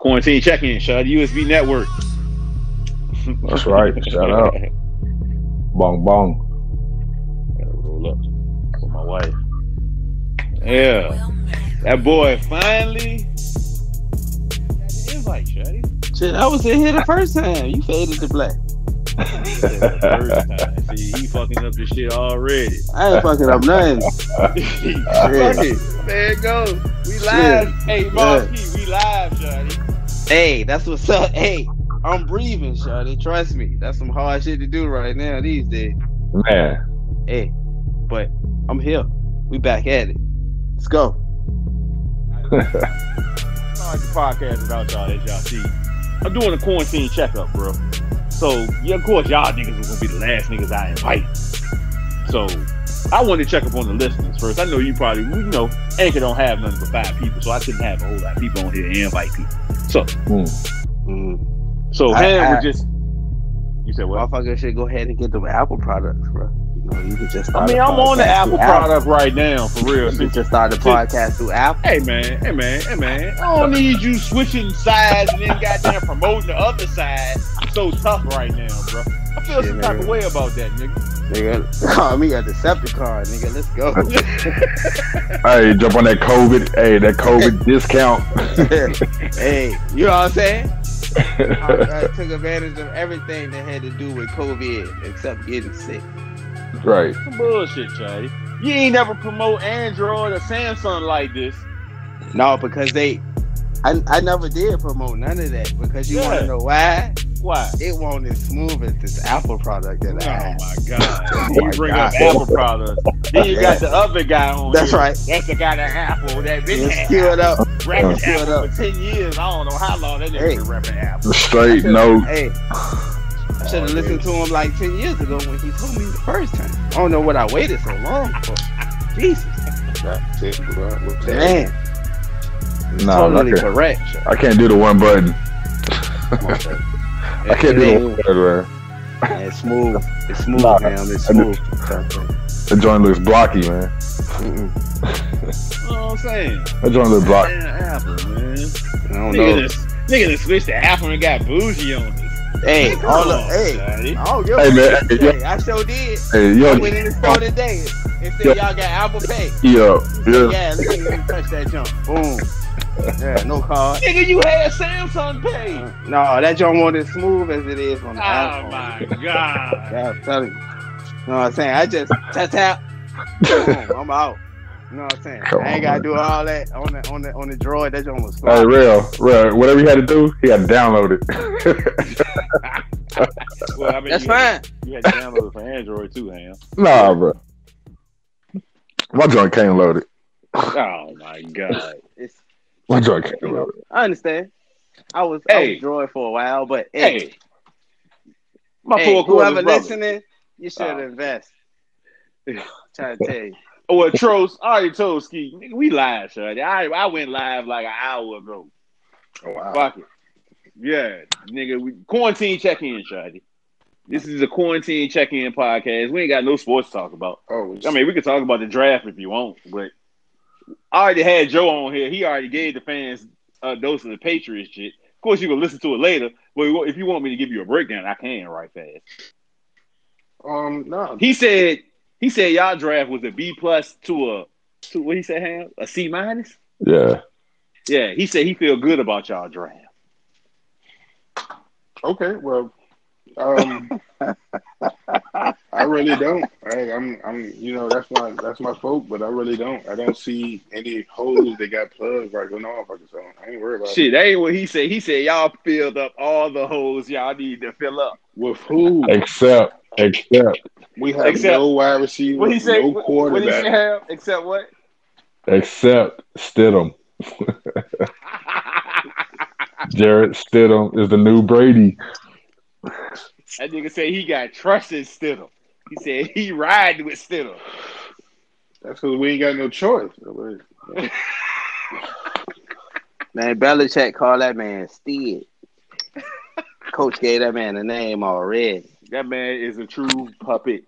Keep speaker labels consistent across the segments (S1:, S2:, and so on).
S1: Quarantine check in, shout out to USB Network.
S2: That's right. Shout out. Bong bong.
S1: Gotta roll up with my wife. Yeah. That boy finally got the invite, Shotty.
S3: Shit, I was in here the first time. You faded to black.
S1: The first time. See, he fucking up this shit already.
S3: I ain't fucking up nothing.
S1: Fuck it. There it goes. We live. Hey, Marquis, we live, Shotty.
S3: Hey, that's what's up. Hey, I'm breathing, Shawty. Trust me. That's some hard shit to do right now these days.
S2: Man.
S3: Hey, but I'm here. We back at it. Let's go.
S1: Start the podcast without y'all, as y'all see. I'm doing a quarantine checkup, bro. So, yeah, of course, y'all niggas was gonna be the last niggas I invite. So, I wanted to check up on the listeners first. I know you probably, you know, Anchor don't have nothing but five people, so I couldn't have a whole lot of people on here and invite people. So,
S2: Hmm.
S3: Mm-hmm.
S1: so
S3: I-
S1: man,
S3: I-
S1: we're just. You said what?
S3: Motherfucker should go ahead and get them Apple products, bro. You know, you can just
S1: I
S3: start
S1: mean,
S3: a
S1: I'm on the
S3: podcast
S1: Apple
S3: through
S1: product right now, for real.
S3: You can just start a podcast through Apple.
S1: Hey man, hey man, hey man. I don't need you switching sides and then goddamn promoting the other side. It's so tough right now, bro. I feel
S3: Yeah,
S1: some type of
S3: man.
S1: way about that, nigga.
S3: Nigga, call me a Decepticon, nigga. Let's go.
S2: Hey, jump on that COVID. Hey, that COVID discount.
S3: hey, you know what I'm saying? I, I took advantage of everything that had to do with COVID except getting sick.
S2: right.
S1: Some bullshit, Charlie. You ain't never promote Android or Samsung like this.
S3: No, because they, I, I never did promote none of that because you want
S1: Yeah.
S3: to know why?
S1: Why?
S3: It won't as smooth as this Apple product that I
S1: Oh
S3: have.
S1: my god!
S3: my
S1: You bring up
S3: God.
S1: Apple products, then you got the other guy on.
S3: That's
S1: here.
S3: right.
S1: That's the guy that Apple that been
S3: Let's
S1: had
S3: cue it up.
S1: rapping
S3: Screw it
S1: Apple
S3: up.
S1: for ten years. I don't know how long that nigga
S3: Hey.
S1: been rapping Apple.
S2: Straight no.
S3: Hey, I should have listened to him like 10 years ago when he told me the first time. I don't know what I waited so long for. Jesus. Man,
S2: Nah,
S3: totally
S2: I, can't,
S3: correct. Sean.
S2: I can't do the one button. I can't
S3: It
S2: do
S3: ain't-
S2: the one button. Man.
S3: man, It's smooth. It's smooth,
S2: Nah,
S3: man. It's
S2: I do-
S3: smooth.
S2: That joint looks blocky, man.
S3: Mm-mm.
S1: You know what I'm saying?
S2: That joint looks blocky.
S1: Damn, Apple, man.
S3: I don't
S1: Nigga,
S3: know.
S1: this, nigga done switched to Apple and got bougie on us.
S3: Hey, all the, hey,
S1: Shawty.
S3: I don't give
S2: Hey,
S3: a
S2: man,
S3: shit.
S2: hey,
S3: Hey, I sure did.
S2: Hey, yo,
S3: I went in the store today and
S2: Yeah.
S3: said, y'all got Apple Pay.
S2: yo,
S3: Yeah,
S2: yo.
S3: let me, let me touch that junk. Boom. Yeah, no card.
S1: Nigga, you had Samsung Pay. Oh
S3: No, that junk wasn't as smooth as it is on the iPhone.
S1: Oh, my god.
S3: Yeah, I'm telling you. You know what I'm saying? I just tap tap. boom, I'm out. You know what I'm saying?
S2: Come
S3: I ain't
S2: on,
S3: gotta do all that on the on the on the droid. That joint was
S2: Hey,
S3: slow.
S2: real, real. Whatever he had to do, he had to download it.
S1: Well, I mean,
S3: That's
S1: you had-
S3: fine.
S1: You had to download it for Android too, Ham.
S2: nah, bro. My joint can't load it.
S1: Oh my god.
S3: It's,
S2: My joint can't load it.
S3: I understand. I was
S1: Hey.
S3: I was droid for a while, but hey,
S1: Hey. My
S3: hey,
S1: four
S3: whoever
S1: quarters brother.
S3: listening, you should
S1: Oh.
S3: invest.
S1: Yeah.
S3: Trying to tell you.
S1: Oh, well, Tros, I already told Ski. Nigga, we live, Shawty. I I went live like an hour ago.
S2: Oh, wow.
S1: Fuck it. Yeah, nigga, we, quarantine check in, Shawty. This is a quarantine check in podcast. We ain't got no sports to talk about.
S2: Oh,
S1: I mean, we could talk about the draft if you want, but I already had Joe on here. He already gave the fans a dose of the Patriots shit. Of course, you can listen to it later, but if you want me to give you a breakdown, I can right fast.
S4: Um, no,
S1: He said, he said y'all draft was a B plus to a to what he said, Ham? a C minus.
S2: yeah.
S1: Yeah, he said he feel good about y'all draft.
S4: okay, well, um, I really don't. I, I'm, I'm, you know, that's my that's my fault, but I really don't. I don't see any holes that got plugged right going on. So I ain't worried about it.
S1: Shit, that ain't what he said. He said y'all filled up all the holes y'all need to fill up.
S4: With who
S2: Except, except,
S4: we have
S1: Except-
S4: no wide receiver,
S1: What he said?
S4: no
S1: what- what he said,
S4: quarterback.
S1: Ham? Except what?
S2: except Stidham. Jarrett Stidham is the new Brady.
S1: That nigga said he got trusted Stidham. He said he ride with Stidham.
S4: That's because we ain't got no choice.
S3: Man, Belichick called that man Steed. Coach gave that man a name already.
S1: That man is a true puppet.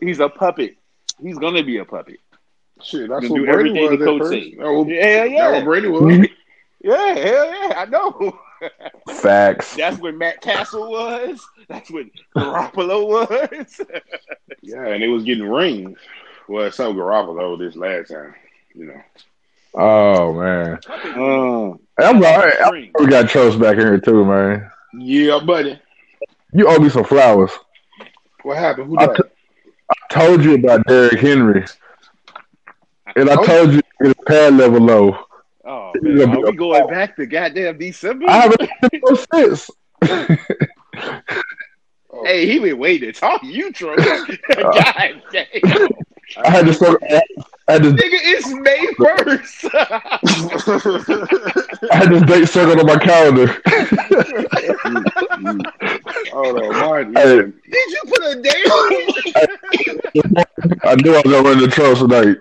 S1: He's a puppet. He's gonna be a puppet.
S4: Shit, that's
S1: You
S4: what
S1: do
S4: Brady
S1: everything
S4: was
S1: the
S4: at
S1: coach
S4: first.
S1: say.
S4: That what-
S1: Yeah,
S4: that
S1: yeah.
S4: what Brady was.
S5: Yeah, hell yeah, I know.
S2: Facts.
S5: That's when Matt Castle was. That's when Garoppolo was.
S4: Yeah, and it was getting rings. Well, it's some Garoppolo this last time, you know.
S2: Oh man,
S5: Uh,
S2: I'm sorry. We got Trust back in here too, man.
S4: Yeah, buddy.
S2: You owe me some flowers.
S4: What happened? Who
S2: I
S4: died?
S2: Told you about Derrick Henry, and I told you the pad level low.
S5: oh
S2: Yeah,
S5: man, Oh, are
S2: but-
S5: we going back to goddamn December?
S2: I haven't seen no since.
S4: Oh,
S5: Hey, he been waiting to talk to you, Troy. God damn. Nigga,
S2: I had to so I had to
S5: it's May 1st.
S2: I had this date circled on my calendar.
S4: Hold on,
S2: Hey.
S4: Martin.
S5: Did you put a date on it?
S2: I knew I was gonna run into Trust tonight.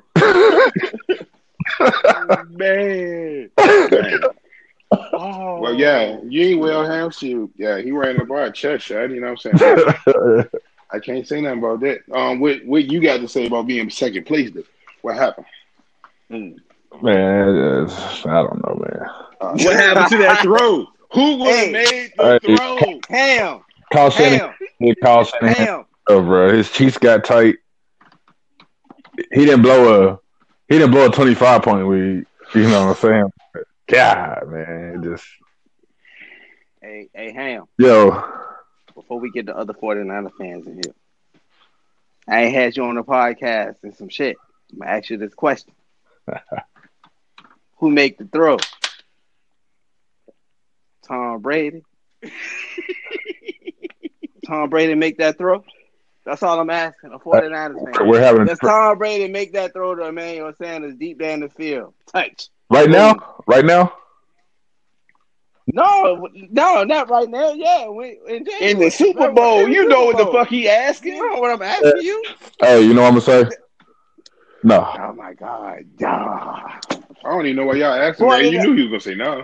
S5: Man. Oh.
S4: Well, yeah, you ain't well ham shoot. Yeah, he ran the bar at chest shot. You know what I'm saying? I can't say nothing about that. Um, what what you got to say about being second place? Though? What happened?
S2: man, it's- I don't know, man.
S5: What happened to that throw? Who would have Hey. made
S2: Hey.
S5: the throw?
S3: Ham,
S2: Kyle Shanahan,
S3: ham,
S2: Kyle Shanahan,
S3: ham.
S2: oh, bro. His cheeks got tight. He didn't blow a he didn't blow a twenty five point lead. You know what I'm saying? God, man, it just
S3: Hey, hey, ham.
S2: yo.
S3: Before we get the other 49er fans in here, I ain't had you on the podcast and some shit. I'm gonna ask you this question: Who make the throw? Tom Brady. Tom Brady make that throw. That's all I'm asking. A 49ers fan.
S2: We're having
S3: Does Tom Brady make that throw to Emmanuel Sanders deep down the field? Touch.
S2: right now, right now.
S3: No, no, not right now. Yeah, we, in, January.
S5: In the Super
S3: Right,
S5: Bowl,
S3: in
S5: you know what the
S3: Super Bowl.
S5: fuck he asking?
S3: You know what I'm asking you?
S2: Hey, you know what I'm gonna say? No,
S5: Oh my god, yeah.
S4: I don't even know why y'all asking.
S3: Boy,
S4: man.
S3: you
S4: You
S3: got-
S4: knew he was gonna say no.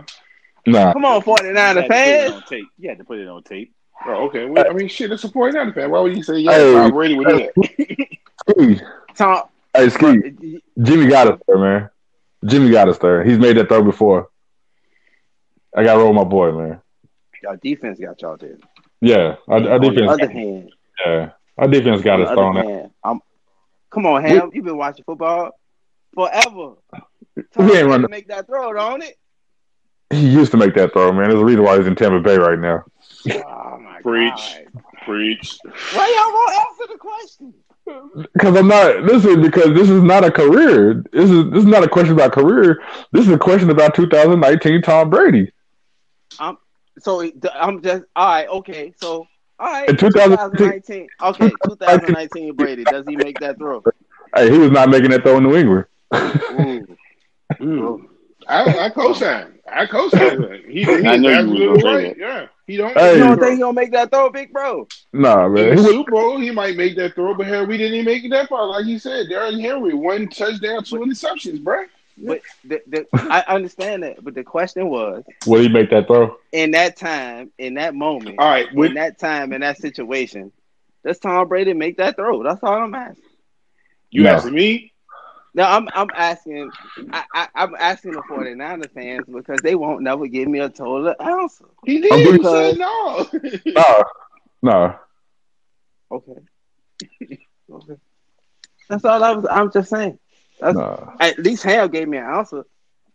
S4: Nah.
S2: nah.
S3: Come on, 49er fans.
S1: You had to put it on tape.
S4: Oh, okay. Well, I mean, shit, it's a 49 fan. Why would you say yeah?
S2: Hey.
S4: Tom Brady would do that.
S2: Ski.
S3: Tom,
S2: Hey, Ski. Jimmy got us there, man. Jimmy got us there. He's made that throw before. I got to roll my boy, man.
S3: y'all defense got y'all there.
S2: Yeah, our, our
S3: On the
S2: defense.
S3: other hand,
S2: Yeah, our defense got
S3: on
S2: us
S3: the
S2: thrown
S3: other
S2: out.
S3: hand, I'm, come on, Ham. You've been watching football forever. Tom
S2: ain't
S3: Brady
S2: running-
S3: make that throw, don't it?
S2: He used to make that throw, man. There's a reason why he's in Tampa Bay right now.
S5: Oh my
S4: Preach.
S5: god.
S4: Preach.
S3: Why y'all won't answer the question?
S2: Because I'm not. Listen, because this is not a career. This is this is not a question about career. This is a question about 2019 Tom Brady.
S3: So it- I'm just all right. Okay, so all right.
S2: In 2019.
S3: 2019. Okay, 2019 Brady. Does he make that throw?
S2: Hey, he was not making that throw in New England.
S3: Ooh. Ooh.
S4: I, I co-sign. I co-sign. that. He, he's
S1: I knew you was gonna
S4: absolutely
S1: say
S4: right.
S1: that.
S4: Yeah. He don't.
S2: Hey.
S3: You don't think he gonna make that throw, big bro?
S2: Nah, man.
S4: In the
S2: He was,
S4: Super Bowl, he might make that throw, but hell, we didn't even make it that far. Like you said, Darren Henry, one touchdown, two interceptions, bruh.
S3: But the, the, I understand that. But the question was,
S2: will he make that throw?
S3: in that time, in that moment,
S4: All right,
S3: in
S4: when,
S3: that time, in that situation, does Tom Brady make that throw? That's all I'm asking.
S4: you
S2: No.
S4: asking me?
S3: No, I'm I'm asking, I, I, I'm asking the 49er fans because they won't never give me a total answer.
S4: He did.
S2: I'm doing-
S4: He said no.
S2: Nah, nah.
S3: Okay. okay. That's all I was. I'm just saying.
S2: nah.
S3: At least Hale gave me an answer.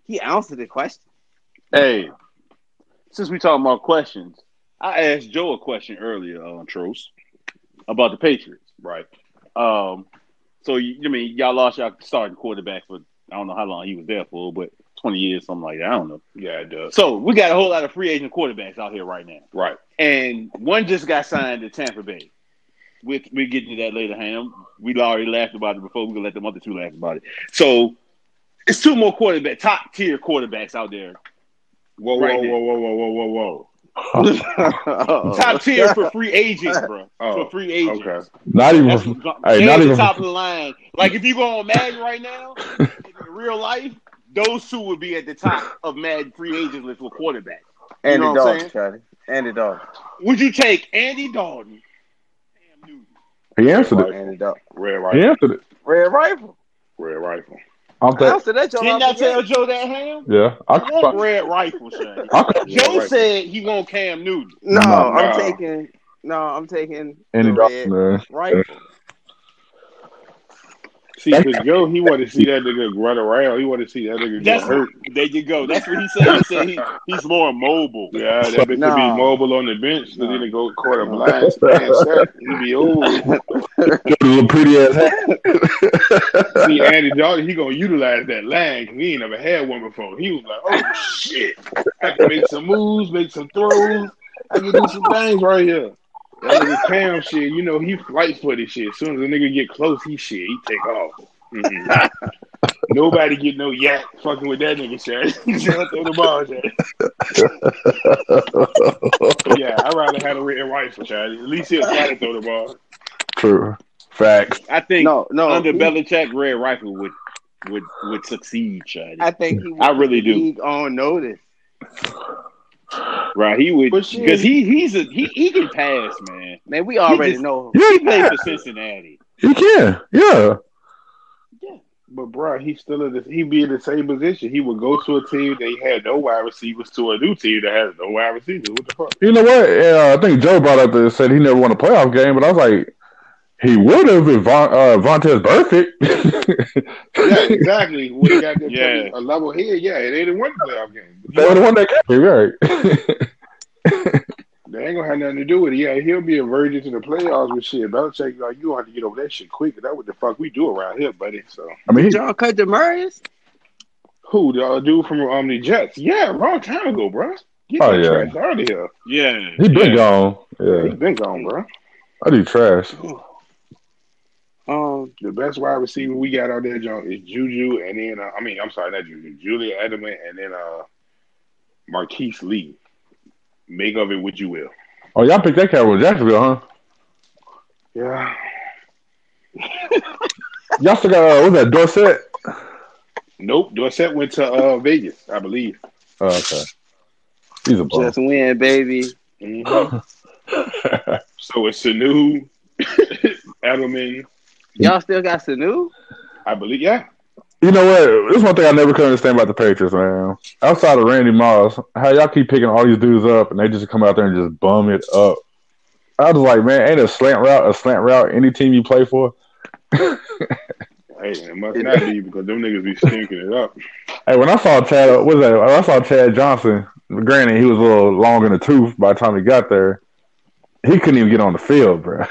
S3: He answered the question.
S1: Hey, since we talking about questions, I asked Joe a question earlier on Trost about the Patriots, right? Um, so you, I mean y'all lost y'all starting quarterback for I don't know how long he was there for, but twenty years, something like that. I don't know.
S4: yeah, it does.
S1: So we got a whole lot of free agent quarterbacks out here right now,
S4: Right.
S1: and one just got signed to Tampa Bay. We we get to that later, Ham. We already laughed about it before. We gonna let them other two laugh about it. So it's two more quarterback, top tier quarterbacks out there
S4: Whoa, whoa,
S1: Right
S4: whoa,
S1: now.
S4: whoa, whoa, whoa, whoa, whoa.
S1: top tier for free agents, bro.
S4: Oh,
S1: for free agents.
S4: okay.
S2: Not even.
S1: That's
S2: for-
S1: what-
S2: Hey,
S1: they're
S2: not
S1: the
S2: even-
S1: top of the line. Like if you go on Madden right now, in real life, those two would be at the top of Madden free agents list with quarterback. You
S5: Andy
S1: know what I'm
S5: Dalton,
S1: saying?
S5: Charlie. Andy Dalton.
S1: Would you take Andy Dalton? Cam Newton?
S2: He answered it.
S5: Andy Dalton.
S4: Red
S2: He
S4: rifle.
S2: answered it.
S5: Red Rifle.
S4: Red rifle.
S2: I'm
S3: I
S2: th-
S3: said that your
S4: uh,
S1: Didn't I tell
S3: obligation.
S1: Joe that ham?
S2: yeah. I
S1: I want
S2: could,
S1: red rifle, son.
S2: I could
S4: Yeah,
S1: Joe
S4: right.
S1: said he want Cam Newton.
S3: No,
S2: No,
S3: I'm
S4: no.
S3: taking. No, I'm taking
S2: any
S3: the
S2: doctor,
S3: red
S2: man.
S3: rifle.
S4: See, because Joe, he wanted to see that nigga run around. He wanted to see that nigga get
S1: That's
S4: hurt.
S1: there you go. That's what he said. He said he, he's more mobile.
S4: Yeah, that bitch could
S3: Nah.
S4: be mobile on the bench.
S3: Nah.
S4: Nah. Then go caught a blast. Man, sack. He be old.
S2: Got the little pretty ass hat.
S4: See, Andy Dalton, he gonna utilize that line because he ain't never had one before. He was like, "Oh shit, I can make some moves, make some throws, I can do some things right here." That nigga Cam shit, you know, he fight for this shit. As soon as a nigga get close, he shit, he take off. Mhm. Nobody get no yak fucking with that nigga shit. He's gonna throw the ball, Chad. Yeah, I'd rather have a red rifle, Chad. At least he'll try to throw the ball.
S2: True. Facts.
S1: I think
S3: No, no.
S1: under
S3: he-
S1: Belichick, red rifle would would would succeed, Chad.
S3: I think he.
S1: I really do.
S3: He on notice.
S1: Right? He would
S4: But shit-
S1: because he he's a he he can pass, man.
S3: Man, we already
S1: just-
S3: know.
S2: Yeah,
S1: He
S2: he
S1: played
S2: can.
S1: for Cincinnati.
S2: He can. Yeah.
S4: But bro, he's still in the, he be in the same position. He would go to a team that had no wide receivers to a new team that has no wide receivers. What the fuck?
S2: You know what? Uh, I think Joe brought up that said he never won a playoff game, but I was like, he would have if Von, uh, Vontez Burfict.
S4: Yeah, exactly. When he got that
S1: Yeah.
S4: a level head, yeah, they didn't win the playoff game.
S2: they would have won that game, right?
S4: They ain't gonna have nothing to do with it. Yeah, he'll be a virgin to the playoffs with shit. Belichick, like you gonna have to get over that shit quick. That what the fuck we do around here, buddy. So
S2: I mean, he,
S3: Y'all cut Demarius.
S4: who the uh, dude from um, the Jets? Yeah, long time ago, bro. Get
S2: Oh,
S4: that
S2: yeah.
S4: trash out of here.
S1: Yeah.
S2: he been
S1: yeah.
S2: gone. Yeah,
S4: He's been gone, bro.
S2: I do trash.
S3: Um,
S4: The best wide receiver we got out there, John, is Juju, and then uh, I mean, I'm sorry, not Juju, Julia Edelman, and then uh, Marquise Lee. Make of it what you will.
S2: Oh, y'all picked that cat with Jacksonville, huh?
S4: Yeah,
S2: Y'all still got uh, what was that Dorset?
S4: nope. Dorsett went to uh, Vegas, I believe.
S2: Oh, okay, he's a bum.
S3: just win, baby. Oh.
S4: Mhm. so it's Sanu, Edelman,
S3: Y'all still got Sanu?
S4: I believe. Yeah,
S2: You know what? This one thing I never could understand about the Patriots, man. Outside of Randy Moss, how y'all keep picking all these dudes up and they just come out there and just bum it up. I was like, man, ain't a slant route a slant route any team you play for?
S4: hey, it must not be because them niggas be stinking it up.
S2: Hey, when I saw Chad, what was that? When I saw Chad Johnson. Granted, he was a little long in the tooth by the time he got there. He couldn't even get on the field, bro.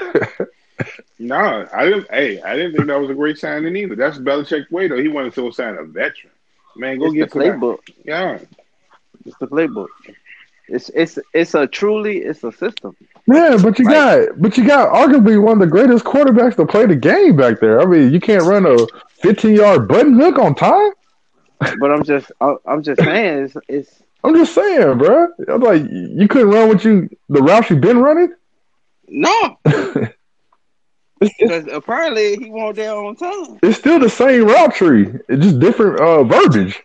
S4: Nah, I didn't. Hey, I didn't think that was a great signing either. That's Belichick's way though. He wanted to go sign a veteran. Man, go
S3: It's the
S4: get some.
S3: playbook.
S4: Yeah.
S3: It's the playbook. It's it's it's a truly it's a system.
S2: yeah, but you
S3: Right.
S2: got, but you got arguably one of the greatest quarterbacks to play the game back there. I mean, you can't run a 15 yard button hook on time.
S3: But I'm just I, I'm just saying it's it's
S2: I'm just saying, bro. I'm like, you couldn't run what you the route you've been running.
S3: no. Because apparently he won't there on time.
S2: It's still the same route tree. It's just different uh, verbiage.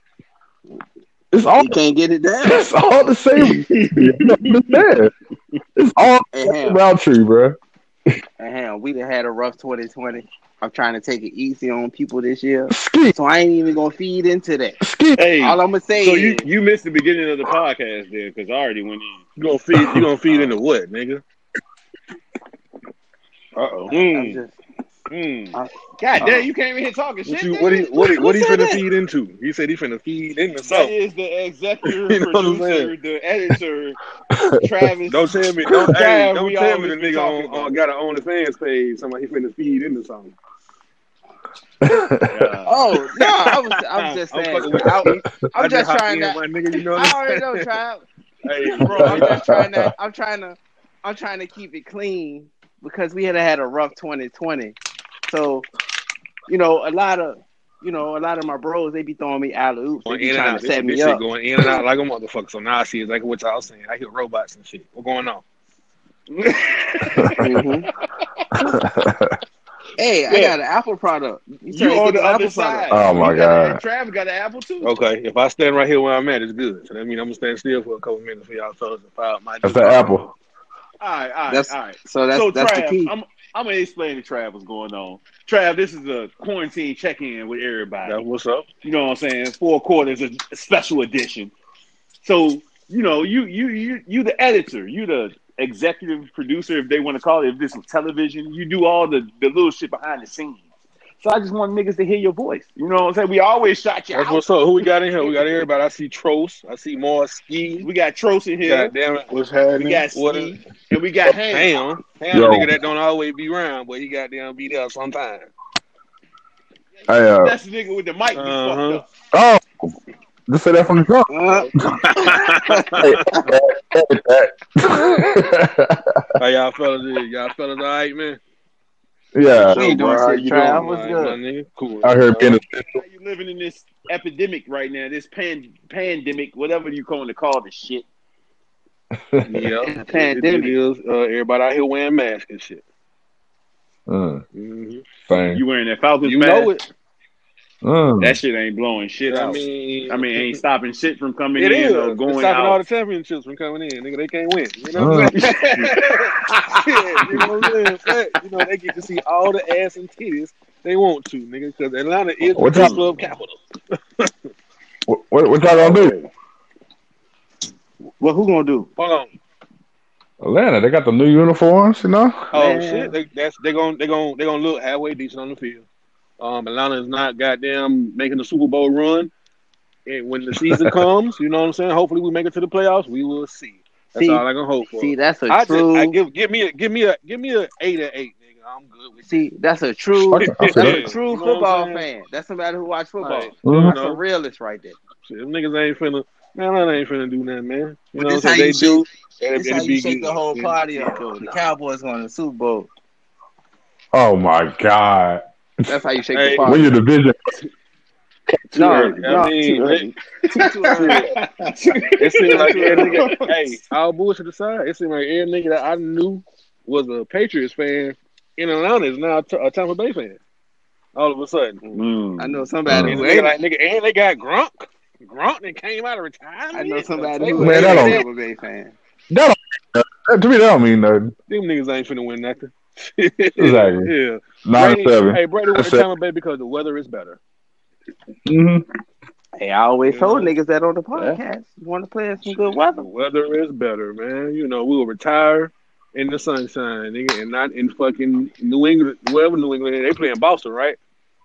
S2: It's all
S3: He can't get it down.
S2: it's all the same. you know what I'm saying? It's all
S3: And
S2: the
S3: hell,
S2: route tree, bro.
S3: and hell, we done had a rough 2020. I'm trying to take it easy on people this year,
S2: Ski,
S3: so I ain't even gonna feed into that.
S2: ski.
S1: Hey,
S6: Mm.
S3: All I'm gonna say
S1: so
S3: is
S1: you, you missed the beginning of the podcast there because I already went in. You gonna feed you gonna feed into what, nigga?
S4: Uh oh.
S3: I'm
S1: Mm,
S3: just
S1: mm.
S3: I-
S1: God
S3: uh,
S1: damn, you came in here talking
S6: What
S1: shit.
S6: you
S1: nigga?
S6: what he what he
S3: Who
S6: what he
S3: said
S6: finna
S3: that?
S6: feed into? He said he finna feed in the
S1: That
S6: south.
S1: is the executive
S6: You know what I'm
S1: producer,
S6: saying?
S1: the editor, Travis.
S6: Don't tell me don't hey,
S1: Dad,
S6: don't
S1: we
S6: tell me the
S1: always be
S6: nigga
S1: talking
S6: on,
S1: about
S6: on got an OnlyFans page. Somebody he finna feed into something.
S1: Uh,
S3: oh no, I was I was just
S6: I'm
S3: saying.
S6: fucking with
S3: I,
S6: you.
S3: I'm just
S6: hopped
S3: trying to.
S6: in, my nigga. You know
S3: I
S6: what
S3: already
S6: I'm
S3: know,
S6: saying?
S3: Tribe.
S6: Hey,
S3: bro. I'm just trying to. I'm trying to. I'm trying to keep it clean because we had had a rough 2020. So, you know, a lot of, you know, a lot of my bros they be throwing me out of oops. They
S6: Going
S3: be
S6: in and
S3: trying to
S6: out. This,
S3: set
S6: this
S3: me
S6: shit
S3: up.
S6: going in and out like a motherfucker. So now I see exactly what y'all saying. I hear robots and shit. What going on?
S3: Mhm. Mm-hmm. hey, I got an Apple product.
S1: you
S3: trying to
S1: on
S3: get
S1: the
S3: an
S1: other
S3: Apple
S1: side.
S3: product.
S2: Oh, my
S1: You got a-
S2: God.
S1: Travis got an apple too.
S6: Okay, if I stand right here where I'm at, it's good. So that means I'm gonna stand still for a couple minutes for y'all fellas to file my.
S2: That's the apple.
S1: All right, all right,
S3: That's-
S1: all right.
S3: So that's
S1: so
S3: that's
S1: Trav,
S3: the key.
S1: I'm I'm gonna explain to Trav what's going on. Trav, this is a quarantine check-in with everybody.
S6: That's what's up.
S1: You know what I'm saying? Four quarters a special edition. So, you know, you you you you the editor, you the executive producer, if they want to call it, if this is television, you do all the, the little shit behind the scenes. So I just want niggas to hear your voice. You know what I'm saying? We always shot you
S6: That's
S1: out.
S6: what's up. Who we got in here? We got everybody. I see Trost. I see more ski.
S1: We got Trost in here.
S6: God damn it.
S4: What's
S1: We
S4: happening?
S1: got
S6: What
S1: Steve,
S6: is-
S1: and we got Ham.
S6: Ham. Ham,
S2: Yo.
S6: the nigga that don't always be around, but he goddamn be there sometime.
S2: Hey, uh,
S1: That's the nigga with the mic. be
S6: Uh-huh.
S1: fucked up.
S2: oh, just say that from the jump.
S6: How y'all fellas is? Y'all fellas all right, man?
S2: yeah,
S4: Yo,
S5: We ain't doing
S4: bro, how
S5: shit,
S4: you
S5: Trav. What's
S4: doing?
S6: All right,
S5: good?
S6: my nigga. Cool.
S2: out here being a
S1: How you living in this epidemic right now? This pan pandemic, whatever you calling to call the shit.
S6: Yeah.
S5: It's a
S6: It-
S5: pandemic.
S6: It is, uh, everybody out here wearing masks and shit.
S2: mm,
S6: Mhm.
S2: thing.
S1: You wearing that Falcons
S6: You
S1: mask?
S6: know it.
S2: Mm.
S1: That shit ain't blowing shit
S6: I
S1: out.
S6: mean,
S1: I mean, ain't stopping shit from coming
S6: It
S1: in
S6: is.
S1: or
S6: It's
S1: going
S6: stopping all the
S1: out.
S6: championships from coming in. Nigga, they can't win. You know what I'm saying? Shit, you know what I'm saying? But, you know, they get to see all the ass and titties they want to, nigga, because Atlanta is
S2: What
S6: the
S2: you-
S6: club capital.
S2: What, what, what y'all gonna do?
S3: Well, who gonna do?
S6: Hold on.
S2: Atlanta, they got the new uniforms, you know.
S6: Oh
S3: Man.
S6: shit, they, that's they gon' they gon' they gonna look halfway decent on the field. Um, Atlanta is not goddamn making the Super Bowl run. And when the season comes, you know what I'm saying. Hopefully, we make it to the playoffs. We will see. That's
S3: See,
S6: all I can hope for.
S5: see,
S3: That's a
S6: I, just,
S3: true.
S6: I give give me a give me a give me a eight or eight, nigga. I'm good with
S3: see, that's a true.
S2: I can- I
S3: That's
S2: can-
S3: a true
S6: You know what I'm
S3: football
S6: saying?
S3: fan. That's somebody who watch football.
S6: Like,
S2: Mhm.
S3: that's
S6: you know.
S3: a realist right there.
S6: Shit, them niggas ain't finna. Man, that ain't finna do nothing, man. You
S5: But
S6: know
S5: this
S6: what I'm
S5: how
S6: saying? They
S5: you
S6: do. It'd,
S5: That's how
S6: it'd be
S5: you shake
S6: good.
S5: the whole party up. The Cowboys going to the Super Bowl.
S2: Oh my god,
S3: That's how you shake
S6: Hey,
S3: the
S2: win
S3: party.
S2: your division.
S4: Too
S3: No,
S4: early.
S3: no,
S6: I mean,
S4: too
S6: they-
S4: early.
S3: Too early.
S6: it seemed like every nigga. Hey, all bullshit aside, it seemed like every nigga that I knew was a Patriots fan in Atlanta is now a T- a Tampa Bay fan. All of a Uh, sudden,
S1: Mm.
S3: I know somebody
S6: and
S3: who
S6: they
S3: ain't.
S6: like nigga, and they got Gronk. Gronk that came out of retirement.
S3: I know somebody
S6: They-
S3: who
S2: Man,
S3: ain't
S2: that
S3: a
S2: don't-
S3: Tampa Bay fan.
S2: That don't, that- eh, to me, that don't mean nothing.
S6: Them niggas ain't finna win nothing.
S2: Exactly.
S6: Yeah.
S2: Nine
S6: Brady-
S2: to seven.
S6: Hey, Brady went to
S2: That's it.
S6: Tampa Bay because the weather is better.
S2: Mm-hmm.
S3: Hey, I always
S6: Yeah.
S3: told niggas that on the podcast. You want to play in some good
S6: The
S3: weather?
S6: weather is better, man. You know, we'll retire in the sunshine, nigga, and not in fucking New England, wherever New England. is. They play in Boston, right?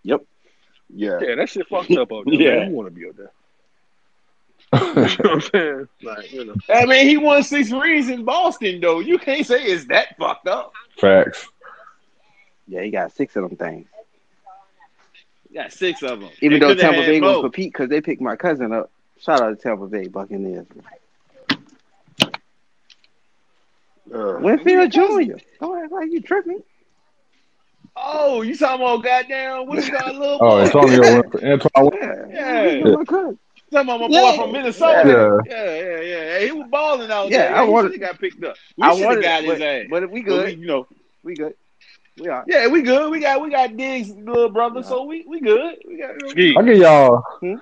S4: Yeah.
S6: Yeah, that shit fucked up up there.
S1: Yeah.
S6: Man. You want to be up there? You
S2: Mm-hmm.
S6: know what I'm saying? Like, you know,
S1: I mean, he won six rings in Boston, though. You can't say it's that fucked up.
S2: Facts.
S3: Yeah, he got six of them things.
S1: Got six of them. They
S3: Even though
S1: could've
S3: Tampa
S1: had
S3: Bay was
S1: more.
S3: compete because they picked my cousin up. Shout out to Tampa Bay Buccaneers.
S4: Uh,
S3: Winfield Jr. Don't act like you tripping.
S1: Oh, you talking about goddamn? What you got, little boy?
S2: Oh, Antonio. Winf- Antonio. Winf-
S3: Yeah.
S1: yeah.
S3: He's my cousin.
S1: Talking about my boy
S3: Yeah.
S1: from Minnesota.
S2: Yeah.
S1: Yeah, yeah, yeah. Hey, he was balling out
S3: Yeah,
S1: there.
S3: I
S1: Yeah,
S3: wanted-
S1: he should have got picked up. We
S3: I
S1: shoulda got
S3: wanted that,
S1: his
S3: but,
S1: ass.
S3: but we
S1: But we,
S3: good.
S1: you know,
S3: We good. We are.
S1: yeah, we good. We got we got Diggs, little brother.
S3: Yeah.
S1: So we we good. We got
S6: Ski.
S2: I give y'all.
S3: Hmm?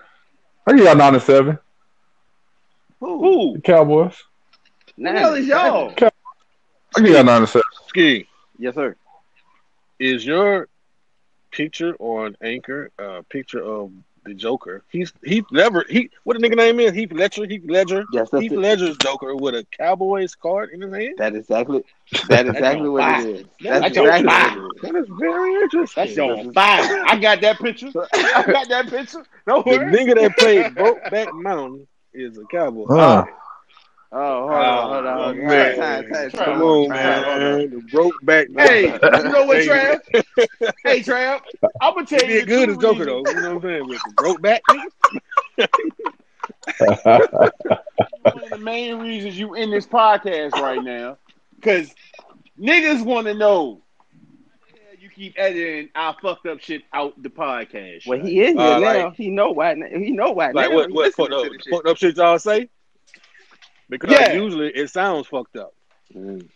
S2: I give y'all nine to seven.
S3: Who?
S1: who?
S2: The Cowboys.
S1: The hell is y'all?
S2: I give y'all nine to seven.
S6: Ski,
S3: Yes, sir.
S6: is your picture on Anchor a picture of the Joker? He's Heath Ledger. He what the nigga name is? Heath Ledger. Heath Ledger.
S3: Yes, that's
S6: Heath
S3: it.
S6: Ledger's Joker with a Cowboys card in his hand.
S3: That is exactly. That is exactly what
S1: fire.
S3: it is.
S1: That's
S3: That's
S1: on
S3: exactly what
S1: fire.
S3: it is.
S6: That is very interesting.
S1: That's on fire. I got that picture. I got that picture. No
S6: The
S1: worries.
S6: nigga that played Brokeback Mountain is a cowboy.
S2: Huh.
S3: Oh, hold on, hold on.
S6: Oh,
S3: Hold on.
S6: man.
S3: Time, time, time.
S6: Come on,
S3: Time, hold on.
S6: man. The Brokeback
S1: Hey,
S6: Mountain.
S1: you know what,
S6: Hey.
S1: Trav? Hey, Trav. I'm gonna tell
S6: He
S1: you. the
S6: did good
S1: true
S6: as Joker,
S1: reason-
S6: though. You know what I'm saying? With the Brokeback.
S1: One of the main reasons you in this podcast right now, because niggas want to know. why the hell You keep editing our fucked up shit out the podcast.
S3: Well,
S1: right?
S3: he is here
S6: Uh,
S3: now.
S6: like-
S3: he know why. now- He know why.
S6: Like,
S3: now.
S6: what,
S3: He
S6: what
S3: listen
S6: fucked
S3: to
S6: up,
S3: the shit.
S6: fucked up shit y'all say? Because
S1: Yeah.
S6: usually it sounds fucked up.
S3: Mm.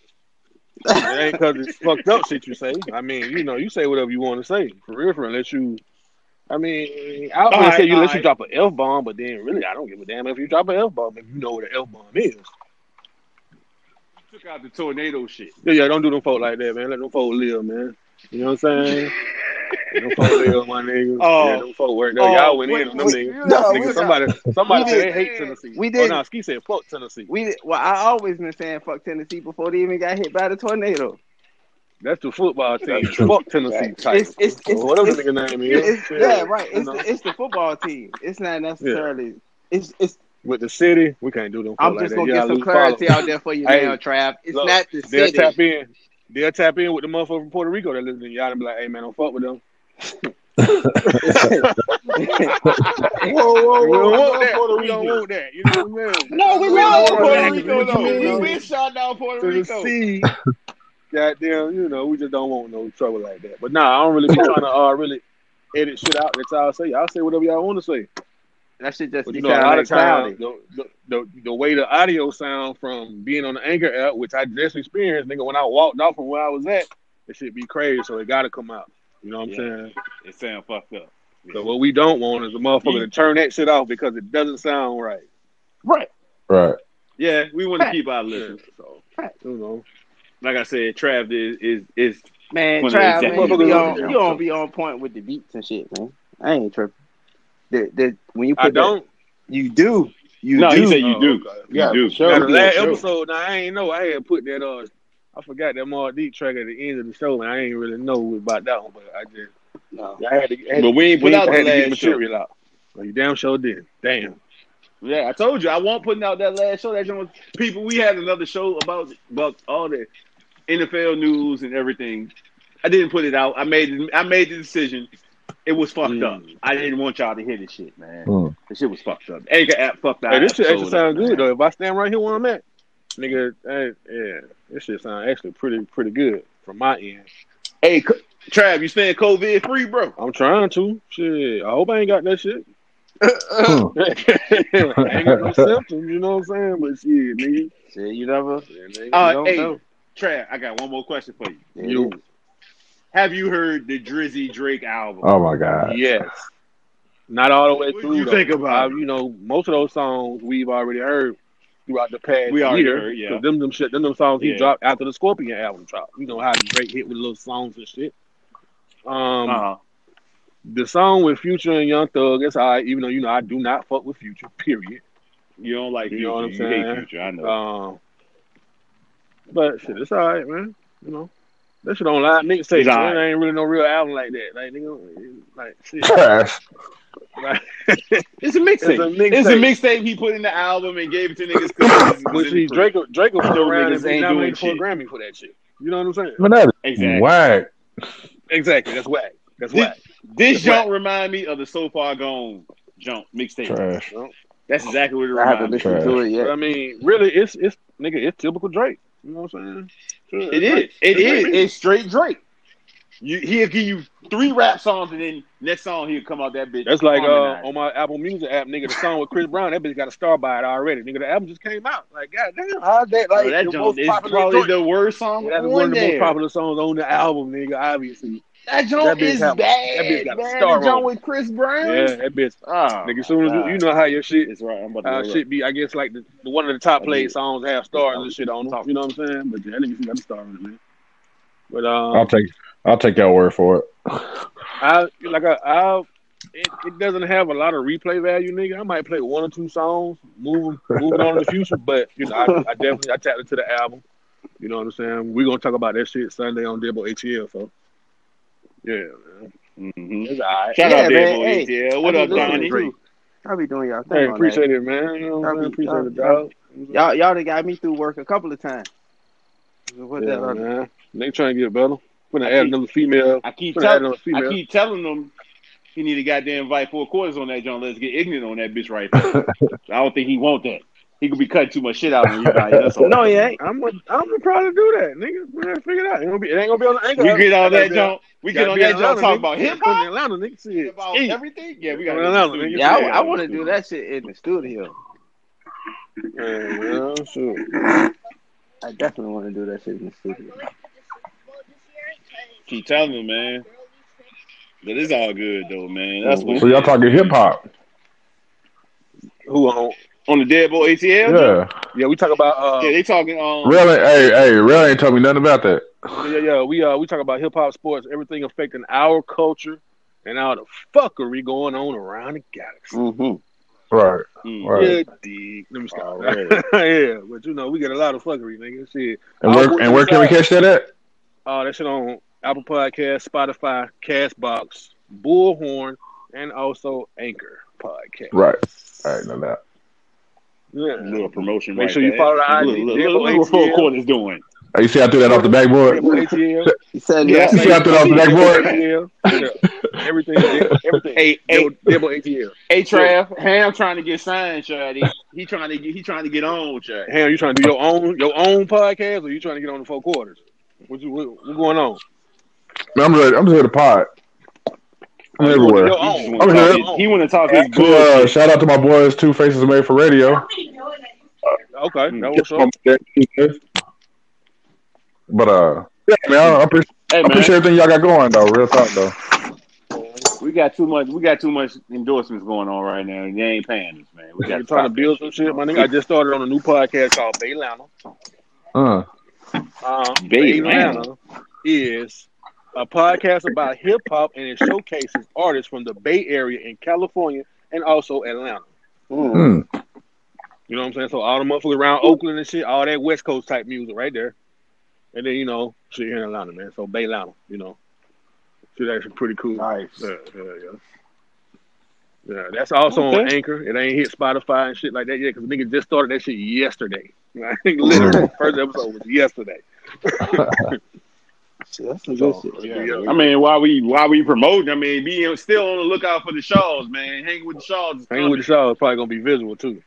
S6: It ain't because it's fucked up shit you say. I mean, you know, you say whatever you want to say. For real, for real, unless you. I mean, I would
S1: Alright,
S6: say you let you
S1: alright.
S6: drop an F bomb, but then really, I don't give a damn if you drop an F bomb if you know what an F bomb is.
S1: took Look out the tornado shit.
S6: Yeah, yeah, don't do them folk like that, man. Let them folk live, man. You know what I'm saying? Let them folk live, my nigga.
S3: Oh.
S6: yeah, them folk work.
S3: Oh,
S6: y'all went
S3: what-
S6: in on them
S3: what-
S6: niggas.
S3: No,
S6: Nigga,
S3: we-
S6: somebody, somebody
S3: we
S6: said
S3: did.
S6: they hate Tennessee.
S3: We
S6: Oh,
S3: did.
S6: no, Ski said fuck Tennessee.
S3: We did, well, I always been saying fuck Tennessee before they even got hit by the tornado.
S6: That's the football team.
S2: That's true.
S6: Fuck Tennessee. Title.
S3: It's- it's-
S6: Or
S3: it's-
S6: whatever
S3: it's-
S6: the nigga name is.
S3: It's, yeah, right.
S6: You
S3: It's
S6: know,
S3: the, it's the football team. It's not necessarily. It's it's.
S6: with the city, we can't do them. folk
S3: I'm
S6: like
S3: just
S6: that.
S3: gonna
S6: Y'all
S3: get some
S6: lose
S3: clarity
S6: followers.
S3: out there for you
S6: Hey,
S3: now, Trav. It's
S6: look,
S3: not the
S6: They'll
S3: city.
S6: tap in. They'll tap in with the motherfucker from Puerto Rico that lives in y'all and be like, hey, man, don't fuck with them.
S4: Whoa, whoa, whoa!
S6: We don't
S4: whoa,
S6: want that.
S4: Puerto
S6: We don't
S4: Rico.
S6: want that. You know what I'm saying?
S3: no, we
S4: We
S3: love
S4: love
S3: Puerto
S4: Puerto
S3: Rico
S4: Rico,
S3: though.
S4: man.
S3: We been shot down Puerto Rico.
S6: Tennessee. Goddamn, you know, we just don't want no trouble like that. But nah, I don't really be trying to uh, really edit shit out that y'all say. Y'all say whatever y'all want to say.
S3: That should just
S6: But
S3: be
S6: you know, a
S3: sound
S6: lot
S3: like
S6: of times
S3: cloudy.
S6: the, the, the, the way the audio sound from being on the Anchor app, which I just experienced, nigga, when I walked off from where I was at, it should be crazy. So it got to come out. You know what I'm
S1: Yeah.
S6: saying?
S1: It sound fucked up.
S6: So what we don't want is a motherfucker to turn that shit off because it doesn't sound right.
S2: Right.
S1: Yeah, we want to keep our listeners. So,
S6: You know,
S1: like I said, Trav is is is
S3: Man,
S1: When
S3: Trav,
S1: they
S3: man, you,
S1: exactly-
S3: be on, you
S1: Yeah.
S3: don't be on point with the beats and shit, man. I ain't tripping. The, the, when you put
S6: I don't.
S3: That, you do. You
S1: no.
S3: do.
S1: He said you
S6: Oh,
S1: do.
S6: okay.
S1: You do.
S6: Now, the
S4: be on
S6: last
S4: show.
S6: episode, now I ain't know. I had put that uh, I forgot that Mar Deep track at the end of the show, and I ain't really know about that one. But I just,
S3: No.
S6: I had to, I had
S1: But
S6: to,
S1: we ain't put
S6: we
S1: out
S6: had
S1: the
S6: to get
S1: last show.
S6: material out. Well, you damn sure did. Damn.
S1: Yeah, I told you I won't putting out that last show. That joint was people. We had another show about about all the NFL news and everything. I didn't put it out. I made I made the decision. It was fucked
S6: Mm.
S1: up. I didn't want y'all to hear this shit, man.
S2: Mm.
S1: The shit was fucked up. Anchor app fucked up.
S6: Hey, this shit actually sound good though. If I stand right here where I'm at, nigga, hey, yeah, this shit sound actually pretty pretty good from my end.
S1: Hey, C- Trav, you staying COVID free, bro?
S6: I'm trying to. Shit, I hope I ain't got that shit.
S2: Hmm.
S6: I ain't got no symptoms, you know what I'm saying? But shit, nigga,
S3: Shit, you never.
S6: yeah, nigga, you
S1: Uh,
S6: don't
S1: hey.
S6: know.
S1: Trav, I got one more question for you.
S3: Yeah,
S6: You-
S3: it is.
S1: Have you heard the Drizzy Drake album?
S2: Oh my god.
S6: Yes. Not all the way
S1: What
S6: through.
S1: you
S6: though.
S1: think about
S6: I- you know, most of those songs we've already heard throughout the past
S1: We already
S6: year.
S1: heard, yeah.
S6: 'Cause them them shit, them, them songs
S1: Yeah.
S6: he dropped after the Scorpion album dropped. You know how Drake hit with little songs and shit. Um,
S1: Uh-huh.
S6: the song with Future and Young Thug, it's all right, even though you know I do not fuck with Future. Period.
S1: You don't like
S6: You
S1: Future.
S6: know what I'm
S1: you
S6: saying?
S1: hate Future. I know.
S6: Um, but shit, it's all right, man. You know, that shit on live mixtape.
S1: It's all
S6: man. There ain't really no real album like that. Like nigga, like shit.
S2: Trash.
S6: like,
S1: It's a mixtape.
S6: It's a mixtape.
S1: It's a mixtape he put in the album and gave it to niggas. 'cause it's-
S6: Which he Drake Drake will
S1: Those
S6: still around
S1: niggas
S6: and be
S1: ain't
S6: nominated for
S1: doing
S6: a Grammy for that shit. You know what I'm saying?
S2: But that is
S1: Exactly.
S2: whack.
S6: Exactly. That's whack. That's
S1: Did-
S6: whack.
S1: This
S6: Right.
S1: jump remind me of the So Far Gone jump mixtape.
S2: Trash.
S1: That's exactly what it
S3: I haven't
S1: reminds me.
S3: listened
S2: Trash.
S3: to it
S6: But,
S3: yet.
S6: I mean, really, it's it's nigga, it's typical Drake. You know what I'm saying?
S1: It is. It is. It's straight Drake. You, he'll give you three rap songs and then next song he'll come out that bitch.
S6: That's like uh,
S1: harmonized.
S6: on my Apple Music app, nigga, the song with Chris Brown, that bitch got a star by it already. Nigga, the album just came out. Like, goddamn, how's that like
S1: Bro, that
S6: the
S1: jump
S6: most
S1: is
S6: popular
S1: probably
S6: joint?
S1: the worst song
S6: That's
S1: on
S6: one of the most
S1: there.
S6: popular songs on the album, nigga, obviously.
S1: that
S6: that
S1: jump
S6: bitch
S1: is
S6: have-
S1: bad.
S6: that bitch got a
S1: man.
S6: star
S1: the jump
S6: on it.
S1: with Chris Brown.
S6: Yeah, that bitch.
S1: Oh,
S6: Nigga, as soon as you,
S1: God.
S6: you know how your shit
S1: it's right. I'm about
S6: uh,
S1: to
S6: shit be, I guess, like the, the one of the top
S1: I
S6: played
S1: get it.
S6: songs have stars and shit on them. You know what I'm saying? But yeah, that nigga got a star on it, man. But
S2: I'll
S6: um,
S2: take I'll take your word for it.
S6: I like I, I it, it doesn't have a lot of replay value, nigga. I might play one or two songs, moving moving on in the future. But you know, I, I definitely I tapped into the album. You know what I'm saying? We're gonna talk about that shit Sunday on Dibble ATL. So yeah, man.
S1: Mm-hmm.
S6: it's all right.
S1: Shout
S3: Yeah,
S1: out
S3: man,
S1: Debo
S3: hey.
S1: ATL. What
S3: I
S1: up,
S3: mean, listen,
S1: Donnie?
S3: too. I'll be doing y'all thing.
S6: Hey,
S3: on that.
S6: appreciate it, man. You know what I'm saying? Appreciate it, dog.
S3: Y'all, y'all done got me through work a couple of times. What
S6: Yeah,
S3: that other-
S6: man. They trying to get better. We're gonna
S1: I
S6: add
S1: keep-
S6: another female.
S1: I keep
S6: We're gonna add
S1: telling.
S6: another
S1: I
S6: female.
S1: keep telling them he need a goddamn invite four quarters on that John. Let's get ignorant on that bitch right there. I don't think he want that. He could be cutting too much shit out on you guys. That's all.
S3: No, he ain't.
S6: I'm a, I'm gonna probably do that, nigga. Man, figure it out. It, gonna be, it ain't gonna be on the anchor.
S1: we get on
S6: Gotta
S1: that
S6: be-
S1: John. We get
S6: gotta
S1: on
S6: be
S1: that
S6: in
S1: John.
S6: Atlanta,
S1: Talk
S6: nigga.
S1: about
S6: We
S1: hip
S6: put it in
S1: hop,
S6: Atlanta, nigga. Shit.
S1: about
S6: Hey,
S1: everything. Yeah, we
S6: Come
S1: got.
S6: on, Atlanta, nigga.
S3: Yeah,
S6: Yeah,
S3: I, want to do that shit in the studio.
S6: man, well, shoot.
S3: I definitely want to do that shit in the studio.
S1: Keep telling them, man. But it's all good though, man. That's what.
S2: So y'all talking hip hop.
S6: Who on
S1: on the deadbolt ATL. Yeah,
S2: Yeah.
S6: Yeah, we talk about uh,
S1: yeah they talking um
S2: Rail ain't, hey, hey, Rail ain't told me nothing about that.
S6: yeah, yeah. We uh, we talk about hip hop, sports, everything affecting our culture and all the fuckery going on around the galaxy.
S5: Mm-hmm.
S2: Right.
S1: mm,
S2: Right.
S6: Yeah, dig. Let me
S1: Oh,
S6: stop.
S1: Alright.
S6: yeah, but you know we get a lot of fuckery, nigga. Shit.
S2: And
S6: Oh,
S2: where and where can we catch that at?
S6: Uh, that shit on Apple Podcast, Spotify, Castbox, Bullhorn, and also Anchor Podcast.
S2: Right. All right, no doubt.
S6: Yeah.
S1: little promotion.
S6: Make
S1: right
S6: sure you
S1: there.
S6: follow the
S1: Look,
S6: IG,
S1: look,
S6: Deadbolt
S1: look, look what full
S6: ATL.
S1: court is doing.
S2: Hey, You see, I threw that off the backboard.
S6: ATL.
S5: He said,
S1: Yeah.
S5: yes.
S2: You see, I threw that off the backboard.
S6: ATL. Yeah. Everything. Everything.
S1: Hey, hey,
S6: Double- Double ATL.
S1: hey, Trav, Ham trying to get signed, Shady. He trying to get, he trying to get on, Shady.
S6: Hell, you trying to do your own your own podcast, or you trying to get on the four quarters? What you what, what going on?
S2: Man, I'm just, I'm just here to pod. I'm everywhere.
S6: Your
S1: He
S6: own.
S1: just wanna
S2: Okay.
S1: talk his- He want to talk his
S2: To, uh,
S1: bullshit.
S2: shout out to my boys, Two Faces Made for Radio.
S6: Okay, that was up.
S2: But uh, yeah, man, I I appreciate,
S1: Hey
S2: I
S1: man,
S2: appreciate everything y'all got going though. Real talk though.
S1: we got too much. We got too much endorsements going on right now. and They ain't paying us, man. We got
S6: You're trying to build some shit, my nigga. I just started on a new podcast called Baylana.
S2: Uh,
S6: Um,
S1: Baylana.
S6: Baylana is a podcast about hip hop and it showcases artists from the Bay Area in California and also Atlanta.
S5: Mm.
S2: hmm.
S6: You know what I'm saying? So all the motherfuckers around Oakland and shit, all that West Coast type music right there. And then you know, shit here in Atlanta, man. So Baylana, you know, shit actually pretty cool.
S4: Nice.
S6: Yeah, yeah, yeah. Yeah, that's also on
S1: Okay.
S6: Anchor. It ain't hit Spotify and shit like that yet because niggas just started that shit yesterday. I think literally the first episode was yesterday.
S5: Shit, That's some good
S6: So,
S5: shit.
S6: yeah,
S4: Yeah.
S1: I mean, why we why we promoting? I mean, being still on the lookout for the Shaws, man. Hanging with the Shaws. is
S6: Hanging with the show is probably gonna be visual too.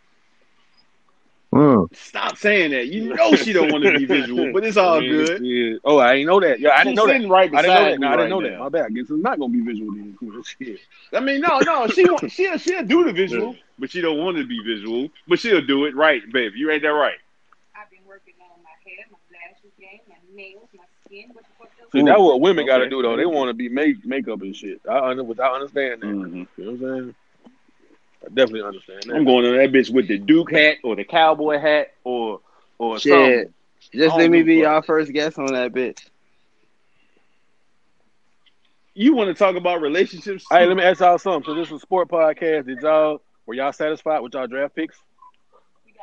S2: Mm.
S1: Stop saying that. You know she don't want to be visual, but it's all
S6: Yeah,
S1: good.
S6: yeah. Oh, I ain't know that. Yeah, I didn't
S1: She's
S6: know that.
S1: sitting right
S6: I didn't know
S1: beside
S6: that. No,
S1: me
S6: I
S1: right
S6: didn't know that.
S1: now.
S6: My bad. It's not gonna be visual. Then. Cool, Shit.
S1: I mean, no, no, she want, she'll she'll do the visual, but she don't want to be visual, but she'll do it right, babe. You ain't that right.
S7: I've been working on my hair, my lashes game, my nails, my skin. What the fuck else?
S6: See, that's what women got to
S1: Okay.
S6: do though. They want to be make makeup and shit. I, under- I understand that. You know what I'm saying? I definitely understand that.
S1: Mm-hmm. I'm going on that bitch with the Duke hat or the cowboy hat or or
S3: Shit.
S1: something.
S3: Just
S1: I
S3: let
S1: don't
S3: me
S1: give a
S3: be
S1: fuck.
S3: y'all first guest on that bitch.
S1: You want to talk about relationships?
S6: Hey, let me ask y'all something. So this is a sport podcast. Did y'all were y'all satisfied with y'all draft picks?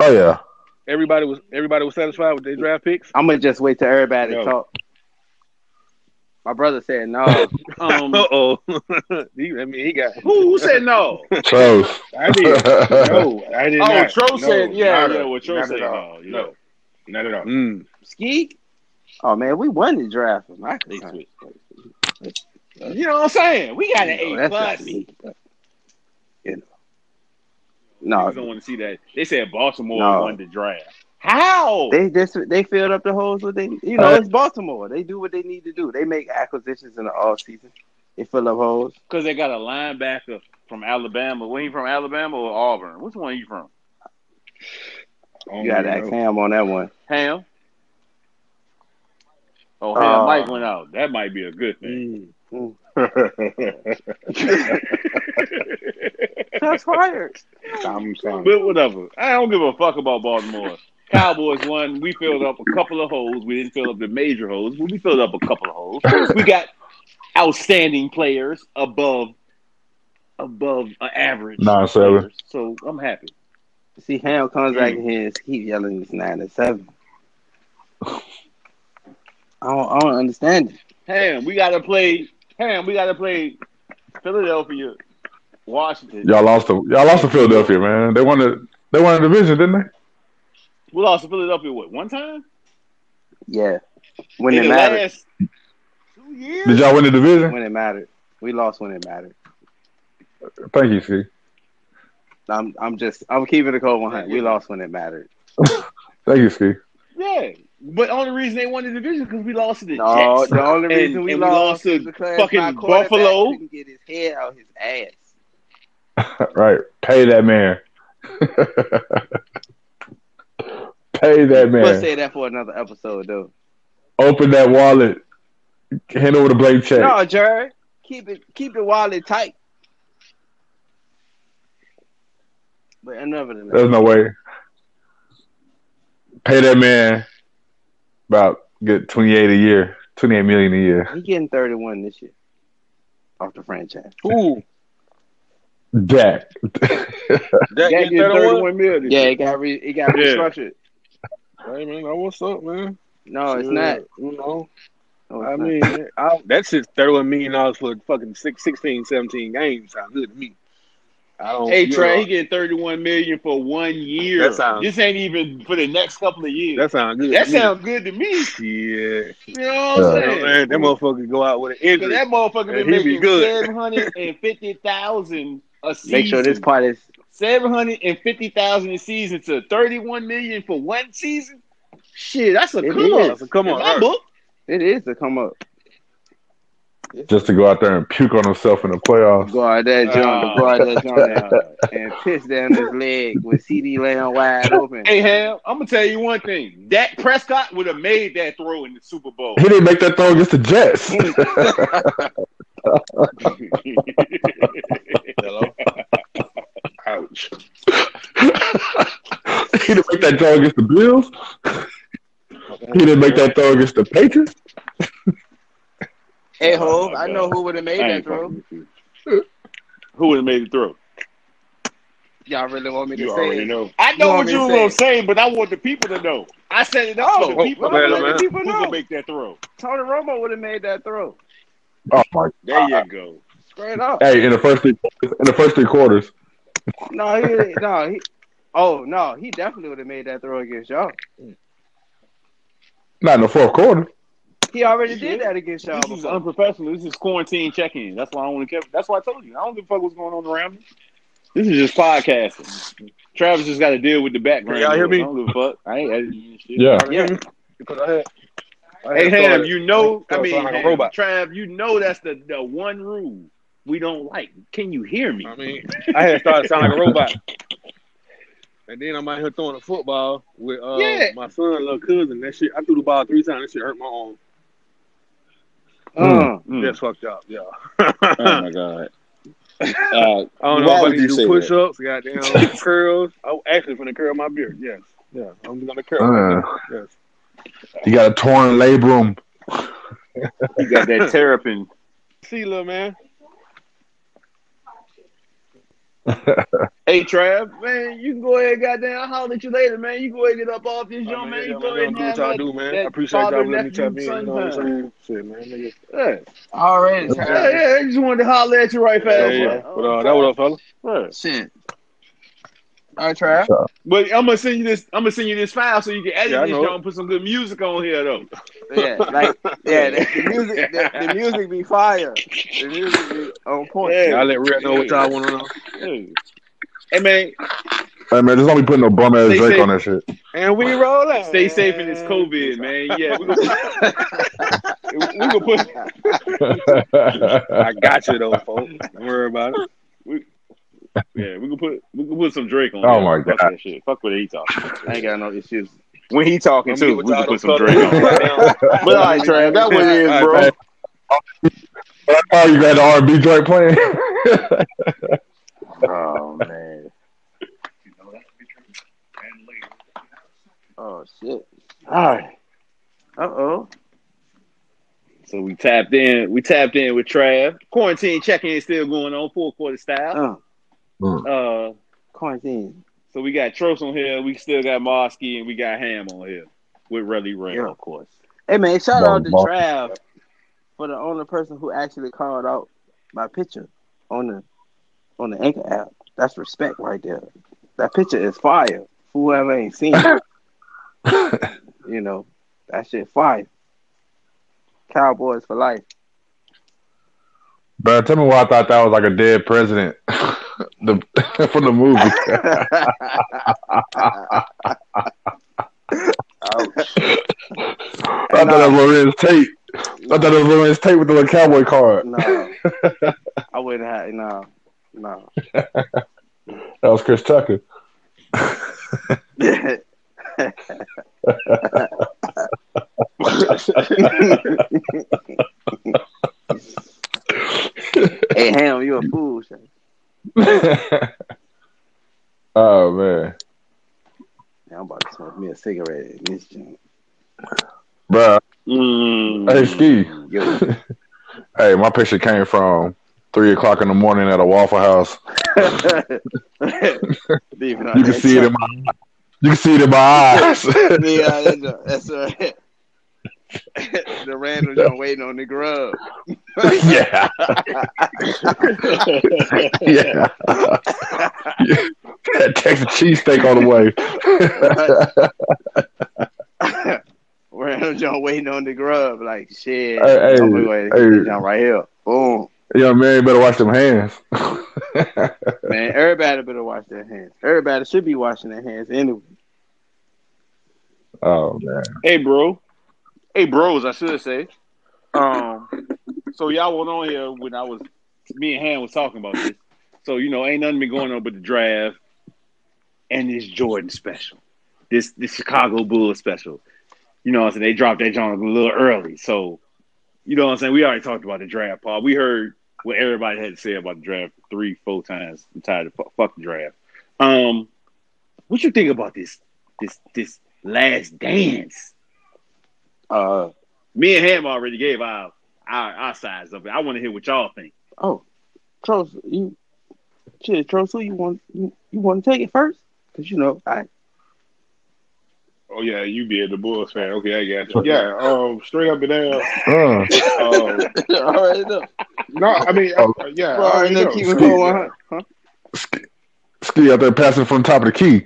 S2: Oh yeah.
S6: Everybody was everybody was satisfied with their draft picks.
S3: I'm gonna just wait till everybody
S1: Yo.
S3: talk. My brother said no.
S1: um,
S6: Uh oh. I mean, he got.
S1: who, who said no?
S2: Chose.
S4: I did. No, I did
S1: Oh,
S4: not.
S1: Tro
S4: No,
S1: said, yeah,
S4: not
S1: yeah.
S4: at-
S1: Well, Tro
S4: not
S1: said
S4: at all.
S1: no. Yeah.
S4: No, not at all.
S6: Mm.
S3: Ski? Oh man, we won the draft. from my concern.
S1: You know what I'm saying? We got an
S3: You know,
S1: A
S3: that's
S1: plus.
S3: not
S1: Niggas
S3: me. No,
S1: don't want to see that. They said Baltimore
S3: No.
S1: won the draft. How?
S3: They just they filled up the holes with they you know, it's Baltimore. They do what they need to do. They make acquisitions in the off season. They fill up holes.
S1: Because they got a linebacker from Alabama. Where he from? Alabama or Auburn? Which one are you from?
S4: I don't
S3: You gotta
S4: really
S3: ask
S4: know.
S3: Ham on that one.
S1: Ham. Oh, Ham
S3: Uh,
S1: Mike went out. That might be a good thing. mm.
S3: That's fired.
S4: I'm sorry.
S1: But whatever. I don't give a fuck about Baltimore. Cowboys won. We filled up a couple of holes. We didn't fill up the major holes, but we filled up a couple of holes. We got outstanding players above above uh, average.
S2: Nine seven.
S1: players. So I'm happy.
S3: See, Ham comes
S1: Hmm.
S3: back in here and keep yelling it's nine and seven. I don't, I don't understand it.
S1: Ham, we gotta play. Ham, we gotta play Philadelphia, Washington.
S2: Y'all lost to y'all lost to Philadelphia, man. They won the they won the division, didn't they?
S1: We lost to Philadelphia what one time?
S3: Yeah. When
S1: In
S3: it
S1: the
S3: mattered.
S1: last two years.
S2: Did y'all win the division?
S3: When it mattered. We lost when it mattered.
S2: Thank you, C.
S3: I'm I'm just I'm keeping the cold one hundred. We lost when it mattered.
S2: Thank you, C.
S1: Yeah, but only reason they won the division because we lost to the
S3: No,
S1: Jets.
S3: the only
S1: And-
S3: reason we,
S1: and we lost
S3: lost
S1: to
S3: is because
S1: fucking
S3: my quarterback
S1: Buffalo.
S3: couldn't get his head out his ass.
S2: Right. Pay that man. Pay that man.
S3: Let's say that for another episode, though.
S2: Open that wallet. Hand over the blank check.
S3: No, Jerry, keep it keep the wallet tight. But nevertheless,
S2: There's no way. Pay that man about get twenty eight a year, twenty eight million a year.
S3: he getting thirty one this year off the franchise.
S6: Who?
S2: Dak.
S6: That
S5: Dak
S6: get
S5: get
S6: 31?
S5: 31 million.
S3: Yeah, it got re- it got
S4: Yeah.
S3: restructured.
S6: Hey, man, like, what's up, man?
S3: No, it's
S6: Shit,
S3: not.
S6: You know,
S3: No, it's
S6: I
S3: not.
S6: mean, I, that shit's $31 million for fucking six, 16, 17 games. Sounds good to me. I don't,
S1: Hey
S6: you
S1: Trey, he
S6: know,
S1: getting thirty one million for one year.
S6: That sounds-
S1: this ain't even for the next couple of years.
S6: that sounds good.
S1: that
S6: to me.
S1: sounds good to me.
S6: Yeah.
S1: You know what I'm
S2: Yeah.
S6: Oh,
S1: saying?
S6: man, that motherfucker go out with an
S1: Cause
S6: injury.
S1: that motherfucker
S6: Yeah, he
S1: been
S6: be
S1: making
S6: good.
S1: seven hundred and fifty thousand a season.
S3: Make sure this part is
S1: seven hundred and fifty thousand a season to thirty one million for one season. Shit, that's a
S3: It
S1: come up.
S6: So come
S1: In
S6: on,
S1: my
S6: Earth.
S1: book,
S3: it is to come up.
S2: Just to go out there and puke on himself in the playoffs.
S3: Go out that joint,
S1: Ah.
S3: go out that joint and- and piss down his leg with CD laying wide open.
S1: hey Ham, I'm gonna tell you one thing. Dak Prescott would have made that throw in the Super Bowl.
S2: He didn't make that throw against the Jets.
S6: Hello?
S4: Ouch.
S2: he didn't make that throw against the Bills. He didn't make that throw against the Patriots.
S3: Hey, ho, I
S1: God.
S3: know who would have made
S1: I
S3: that
S1: ain't
S3: throw.
S4: Fucking with you.
S1: Who would have made the throw?
S3: Y'all really want me to
S4: You
S3: say
S4: already
S3: it?
S4: know.
S1: I know
S3: You
S1: what
S3: want me
S1: you
S3: to
S1: were
S3: say
S1: gonna
S3: it?
S1: say, but I want the people to know. I said it up for the
S3: Oh,
S1: people.
S6: well,
S1: I want
S6: man.
S1: the people
S3: People
S1: who
S3: know.
S1: gonna make that throw.
S3: Tony Romo would have made that throw.
S2: Oh my!
S1: There you go.
S3: Straight up.
S2: Hey, in the first three, in the first three quarters,
S3: No, he no he Oh no, he definitely would have made that throw against y'all.
S2: not in the fourth quarter.
S3: He already did that against y'all
S1: This is
S3: before.
S1: unprofessional. This is quarantine check-in. That's why I want to. Keep, that's why I told you. I don't give a fuck what's going on around me. This is just podcasting. Travis just got to deal with the background.
S6: Can y'all hear
S1: noise.
S6: me?
S1: I don't give a fuck. I ain't editing this shit.
S2: Yeah,
S6: Yeah. Because I had. I
S1: Hey
S6: had
S1: Ham,
S6: started-
S1: you know. I
S6: Sound
S1: mean,
S6: like a
S1: Ham,
S6: robot.
S1: Trav, you know that's the the one rule we don't like. Can you hear me?
S6: I mean, I had started sounding like a robot. And then I'm out here throwing a football with uh,
S1: Yeah.
S6: my son, little cousin. That shit, I threw the ball three times. That shit hurt my arm.
S3: Uh,
S1: Mm.
S6: That's fucked up. Yeah.
S1: Oh my god. Uh,
S6: I don't
S1: Why
S6: know
S1: would
S6: if
S1: you
S6: I need
S1: say
S6: to do
S1: that?
S6: push ups, goddamn curls. I'm
S1: Oh,
S6: actually gonna curl my beard. Yes. Yeah. I'm gonna curl.
S2: uh,
S6: Yes.
S2: you got a torn labrum.
S1: you got that terrapin.
S6: See, little man.
S1: Hey Trav, man, you can go ahead, goddamn. I'll holler at you later, man. You go ahead and get up off this
S6: I
S1: young Oh,
S6: mean,
S1: man.
S6: yeah,
S1: You
S6: man,
S1: go
S6: y'all
S1: ahead and
S6: do what
S1: have
S6: y'all
S1: that.
S6: do, man. I
S1: that
S6: appreciate y'all
S1: father,
S6: letting me
S1: nephew,
S6: tap in. You know what I'm
S1: son
S6: saying? Shit, man. Nigga.
S1: Yeah.
S3: already
S1: Yeah,
S3: Travis.
S1: yeah, I just wanted to holler at you right fast.
S6: Yeah,
S1: bro.
S6: yeah. But uh, that what up, fella?
S1: Right.
S3: Shit. All right, Trav.
S1: But I'm gonna send you this. I'm gonna send you this file so you can edit
S6: Yeah, I
S1: this
S6: know.
S1: show and put some good music on here though.
S3: Yeah, like yeah, the, the music, the, the music be fire. The music be on point.
S1: Yeah.
S6: Y'all let Red know what y'all want to know.
S1: Hey, Hey, man,
S2: Hey man, just don't be putting no bum ass
S1: Stay
S2: Drake
S1: safe.
S2: on that shit.
S6: And we roll out.
S1: stay safe in this COVID, man. Yeah, we gonna, we gonna put
S6: I got you though, folks. Don't worry about it.
S1: yeah we gonna put we gonna put some Drake on.
S2: Oh,
S1: here.
S2: my
S1: Fuck
S2: God.
S1: that shit. Fuck what he talking.
S3: I ain't got no issues.
S1: When he talking too, we can put some Drake on.
S6: on.
S1: But all right, Trav, that one is, bro.
S2: But I thought you got the R and B Drake playing.
S3: Oh man. Oh shit.
S1: All right.
S3: Uh oh.
S1: So we tapped in. We tapped in with Trav. Quarantine check-in is still going on, full quarter style.
S3: Uh,
S1: Uh,
S3: quarantine.
S1: So we got Tros on here. We still got Mosky, and we got Ham on here with Ruddy Ray,
S3: Yeah.
S1: of course.
S3: Hey man, shout out to
S2: Bum, bum.
S3: Trav for the only person who actually called out my picture on the on the Anchor app. That's respect right there. That picture is fire. Whoever ain't seen it, you know, that shit fire. Cowboys for life.
S2: Bro, tell me why I thought that was like a dead president the, from the movie. I thought that was Lorenz Tate. I thought it was Lorenz Tate with the little cowboy card.
S3: No. I wouldn't have no. No.
S2: That was Chris Tucker.
S3: hey Ham, you a fool, son.
S2: uh,
S3: cigarette in this joint.
S2: Bruh.
S1: Mm.
S2: Hey, Ski.
S3: Yo,
S2: Hey, my picture came from three o'clock in the morning at a Waffle House.
S3: leaving out
S2: You can
S3: that
S2: see it in
S3: joint.
S2: my you can see it in my eyes.
S3: Leaving out that joint. That's all right. the Randall joint waiting on the grub.
S2: yeah. yeah. yeah. Texas cheesesteak on the way.
S3: Randall joint waiting on the grub. Like shit.
S2: Hey,
S3: I'm
S2: hey,
S3: gonna wait.
S2: hey.
S3: This joint right here. Boom.
S2: Young man, you better wash them hands.
S3: Man, everybody better wash their hands. Everybody should be washing their hands anyway.
S2: oh man.
S1: Hey, bro. Hey, bros, I should say. Um, so y'all went on here when I was me and Han was talking about this. So you know, ain't nothing been going on but the draft and this Jordan special, this this Chicago Bulls special. You know, what I'm saying they dropped that joint a little early. So you know, what I'm saying we already talked about the draft part. We heard what everybody had to say about the draft three, four times. I'm tired of fuck, fuck the draft. Um, what you think about this this this last dance?
S3: Uh
S1: Me and Ham already gave our our, our sides of it. I want to hear what y'all think.
S8: Oh, Tros, you shit, Tros, who you want? You, you want to take it first? Cause you know, I
S4: Oh yeah, you be the Bulls fan. Okay, I got you. Yeah, um, straight up and down.
S2: Mm.
S4: Um,
S3: already know.
S4: no, I mean, I- yeah,
S3: Bro,
S4: I already know.
S3: keep it going. huh?
S2: Ski out there passing from the top of the key.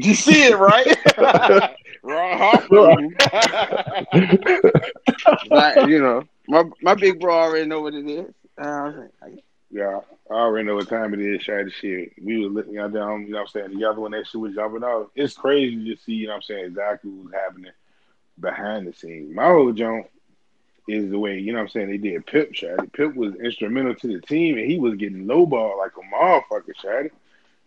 S1: You see it, right?
S4: Ron Harper.
S3: Like, you know, my my big bro already know what it is. Uh, I was like,
S4: Yeah, I already know what time it is. Shout out to shit. We was looking out down, you know what I'm saying, together when that shit was jumping out. It's crazy to see, you know what I'm saying, exactly what's happening behind the scenes. My whole jump is the way, you know what I'm saying, they did Pip, Shady. Pip was instrumental to the team and he was getting lowball like a motherfucker, Shady.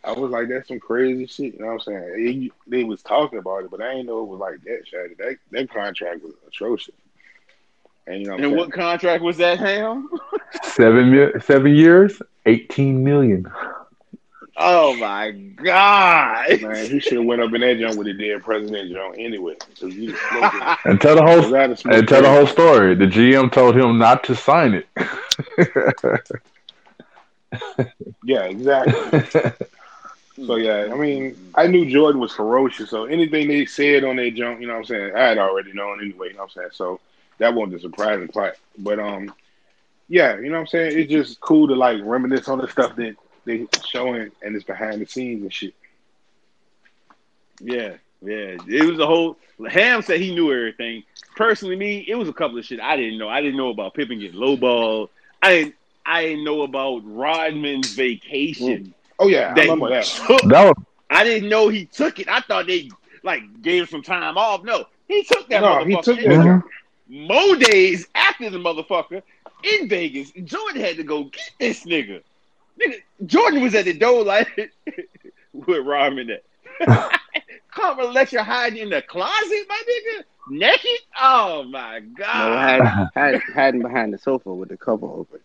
S4: I was like, that's some crazy shit, you know what I'm saying? They, they was talking about it, but I didn't know it was like that, Shady. That, that contract was atrocious. And, you know what I'm
S1: and
S4: saying?
S1: what contract was that, Ham?
S2: Seven mi- seven years, eighteen million.
S1: Oh my god!
S4: Man, he should have went up in that joint with the dead president joint anyway. So you just smoking.
S2: And tell the
S4: There's a
S2: whole
S4: lot of smoke
S2: and tell the
S4: there.
S2: whole story. The GM told him not to sign it.
S4: Yeah, exactly. So yeah, I mean, I knew Jordan was ferocious. So anything they said on that jump, you know what I'm saying, I had already known anyway, you know what I'm saying? So that wasn't a surprising plot. But um yeah, you know what I'm saying? It's just cool to like reminisce on the stuff that they showing and it's behind the scenes and shit.
S1: Yeah, yeah. It was a whole. Ham said he knew everything. Personally, me, it was a couple of shit I didn't know. I didn't know about Pippen getting lowballed. I didn't. I didn't know about Rodman's vacation.
S4: Oh yeah, I
S1: That
S4: remember
S1: he
S4: that.
S1: took.
S2: That was
S1: I didn't know he took it. I thought they like gave him some time off. No, he took that.
S4: No, he
S1: motherfucker.
S4: took
S1: It was
S4: that.
S2: Mhm.
S1: Mo days after the motherfucker in Vegas, Jordan had to go get this nigga. Nigga, Jordan was at the door like with Rodman at. Come and let you hide in the closet, my nigga, naked. Oh my
S3: no,
S1: god,
S3: hiding, hiding, hiding behind the sofa with the cover open.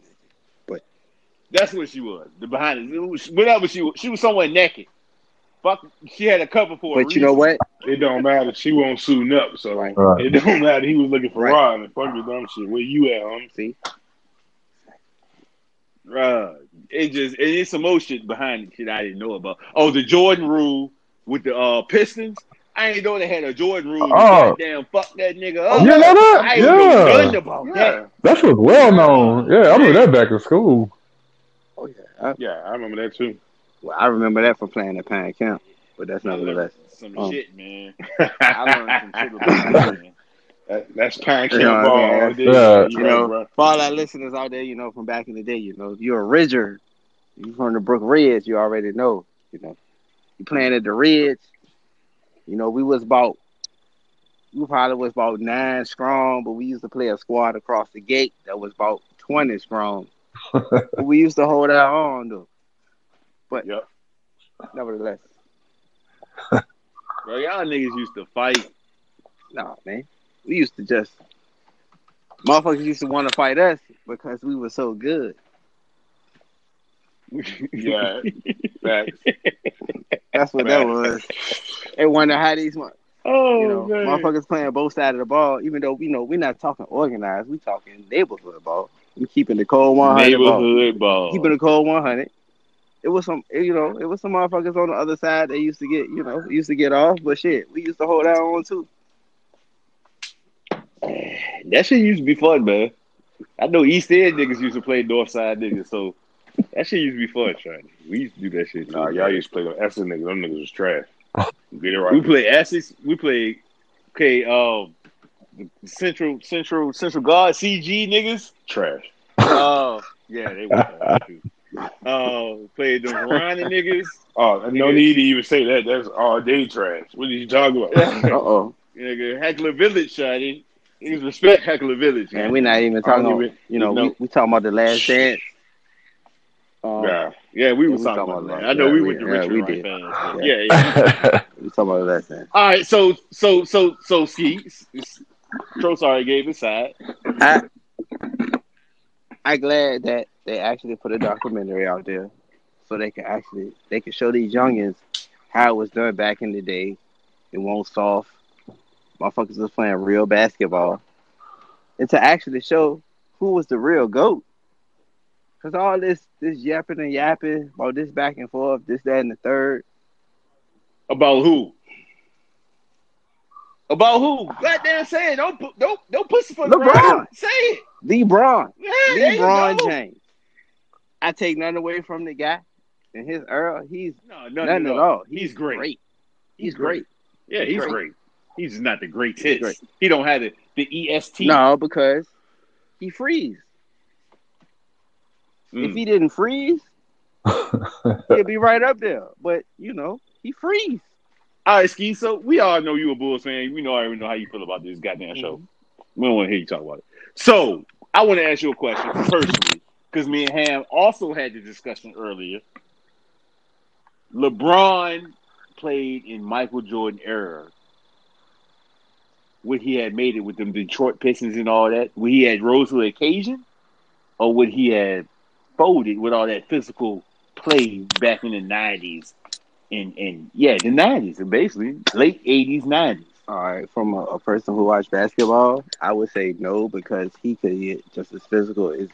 S1: that's what she was. The behind it, it was- whatever she was, she was somewhere naked. Fuck, she had a cover for. a
S3: But you know
S1: reason.
S3: what?
S4: It don't matter. She won't suit up, so like
S2: Right.
S4: it don't matter. He was looking for
S3: Right.
S4: Rod and fuck your dumb shit. Where you at, homie?
S3: See,
S1: Bruh, it just it, it's some more shit behind it shit I didn't know about. Oh, the Jordan rule with the uh Pistons. I ain't know they had a Jordan rule.
S2: Oh.
S1: Oh. Damn, fuck that nigga
S3: Oh,
S2: you
S1: up.
S2: know
S1: I
S2: that?
S1: ain't know nothing
S2: Yeah.
S1: about
S4: Yeah.
S1: that.
S2: That was well known. Yeah, I remember that back in school.
S3: oh yeah, I,
S4: Yeah, I remember that too.
S3: well, I remember that from playing at Pine Camp, but that's not the best.
S1: Some
S3: Oh.
S1: shit, man. I learned
S4: that,
S1: considerable. man.
S4: that's pine camp
S3: Yeah,
S4: ball.
S3: yeah.
S4: all day.
S2: Yeah.
S4: You
S3: You
S4: know,
S3: know,
S4: bro.
S3: For all our listeners out there, you know, from back in the day, you know, if you're a Ridger, you from the Brook Reds, you already know, you know. You playing at the Reds, you know, we was about we probably was about nine strong, but we used to play a squad across the gate that was about twenty strong. but we used to hold our own though. But
S4: Yep.
S3: nevertheless,
S1: Bro, y'all niggas used to fight.
S3: nah man. We used to just motherfuckers used to want to fight us because we were so good.
S4: Yeah. Facts.
S3: That's what that was. They wonder how these mo-
S6: Oh,
S3: you know,
S6: man.
S3: motherfuckers playing both sides of the ball. Even though you know we're not talking organized, we talking neighborhood ball. We keeping the cold one hundred ball.
S1: Neighborhood ball.
S3: Keeping the cold one hundred. It was some, you know, it was some motherfuckers on the other side that used to get, you know, used to get off. But shit, we used to hold our own too.
S1: That shit used to be fun, man. I know East End niggas used to play North Side niggas, so that shit used to be fun, Shiny. We used to do that shit.
S4: Nah,
S1: too.
S4: y'all used to play them Essence niggas. Them niggas was trash. Get
S1: We
S4: it right.
S1: play Essex. We play okay. Um, Central Central Central Guard CG niggas.
S4: Trash.
S1: Oh yeah, they were. Uh, played them Rhino niggas.
S4: Oh, no
S1: Niggas.
S4: need to even say that. That's all day trash. What are you talking about?
S5: Uh oh.
S1: Nigga, Heckler Village, Shiny. Niggas respect Heckler Village.
S3: And we're not even
S4: I
S3: talking.
S4: don't
S3: About,
S4: even.
S3: you know,
S1: no.
S3: we, we talking about the last dance. Um,
S4: Nah.
S1: Yeah, we
S3: Yeah,
S1: was talking
S3: we talking
S1: about
S3: about
S1: that.
S3: that.
S1: I know
S3: Yeah,
S1: we
S3: we-
S1: went to
S3: yeah,
S1: Richmond
S3: we
S1: Rock
S3: did.
S1: fans. but
S3: Yeah.
S1: Yeah, yeah.
S3: We talking about the last dance.
S1: All right, so so so so ski. Tro sorry gave his side.
S3: I I glad that they actually put a documentary out there, so they can actually they can show these youngins how it was done back in the day. It won't soft. Motherfuckers was playing real basketball, and to actually show who was the real goat. Cause all this this yapping and yapping about this back and forth, this that and the third.
S1: About who? About who? Goddamn, say it. Don't pu- don't don't pussy
S3: LeBron.
S1: Say it.
S3: LeBron,
S1: Yeah, there you
S3: LeBron
S1: go.
S3: James. I take nothing away from the guy and his Earl. He's
S1: No,
S3: nothing at all.
S1: He's, great.
S3: He's great.
S1: Yeah, he's great.
S3: Great.
S1: He's not the greatest.
S3: He's great.
S1: He don't have the, E the EST.
S3: No, because he freeze. If
S1: Mm.
S3: he didn't freeze, he'd be right up there. But you know, he freeze.
S1: All right, Ski. So we all know you a Bulls fan. We know I already know how you feel about this goddamn show. We don't want to hear you talk about it. So I want to ask you a question personally, because me and Ham also had the discussion earlier. LeBron played in Michael Jordan era. Would he have made it with them Detroit Pistons and all that? Would he had rose to the occasion, or would he have folded with all that physical play back in the nineties? And and yeah, the nineties, basically late eighties, nineties.
S3: All right, from a, a person who watched basketball, I would say no because he could get just as physical as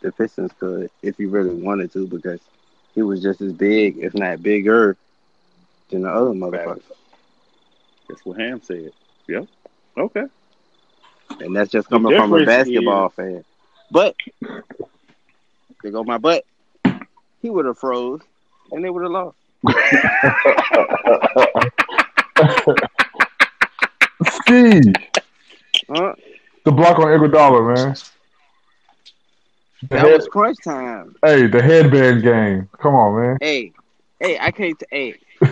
S3: the Pistons could if he really wanted to because he was just as big, if not bigger, than the other motherfuckers.
S1: That's what Ham said. Yep. Okay.
S3: And that's just coming from a
S1: difference
S3: basketball fan. But there go my butt. He would have froze and they would have lost.
S2: Ski
S3: Huh?
S2: the block on Iguodala, man. The
S3: That
S2: head-
S3: was crunch time.
S2: hey, the headband game. Come on, man.
S3: Hey, hey, I can't. T- hey,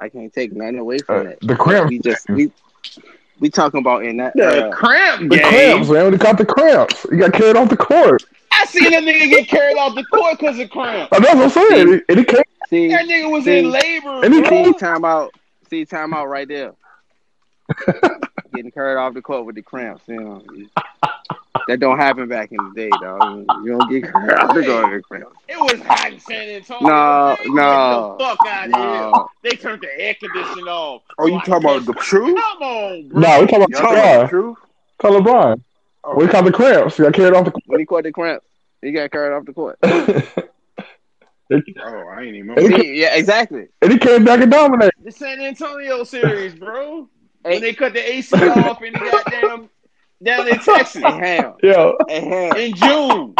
S3: I can't take nothing away
S2: Uh,
S3: from that.
S2: the cramps.
S3: We just we we talking about in that. uh,
S1: The
S3: era.
S1: cramp
S2: The
S1: game.
S2: cramps, man. When he caught the cramps, he got carried off the court.
S1: I seen that nigga get carried off the court because of cramp.
S2: I know what I'm saying. And he- And he came.
S3: see,
S1: That nigga was in labor.
S2: And he
S1: bro.
S3: see, time out. See, time out right there. Getting carried off the court with the cramps. You know that don't happen back in the day, dog. You don't get carried off the court with the cramps.
S1: It was hot in San Antonio.
S3: No,
S1: Get
S3: no,
S1: the fuck out here.
S3: No,
S1: They turned the air conditioning off.
S4: Oh, you talking about the truth?
S1: Come on, bro.
S2: Nah, we talking about
S4: Y'all talking about the
S2: LeBron.
S4: truth?
S2: Call LeBron.
S3: Oh.
S2: When he caught the cramps, he got carried off the
S3: when he caught the cramps, he got carried off the court.
S2: court.
S4: Oh, I ain't even.
S2: Hey.
S3: See, yeah, exactly.
S2: and he came back and dominated.
S1: The San Antonio series, bro.
S3: Hey.
S1: When they cut the AC off in the goddamn down in Texas
S3: And ham,
S2: Yeah.
S3: and ham.
S1: in June.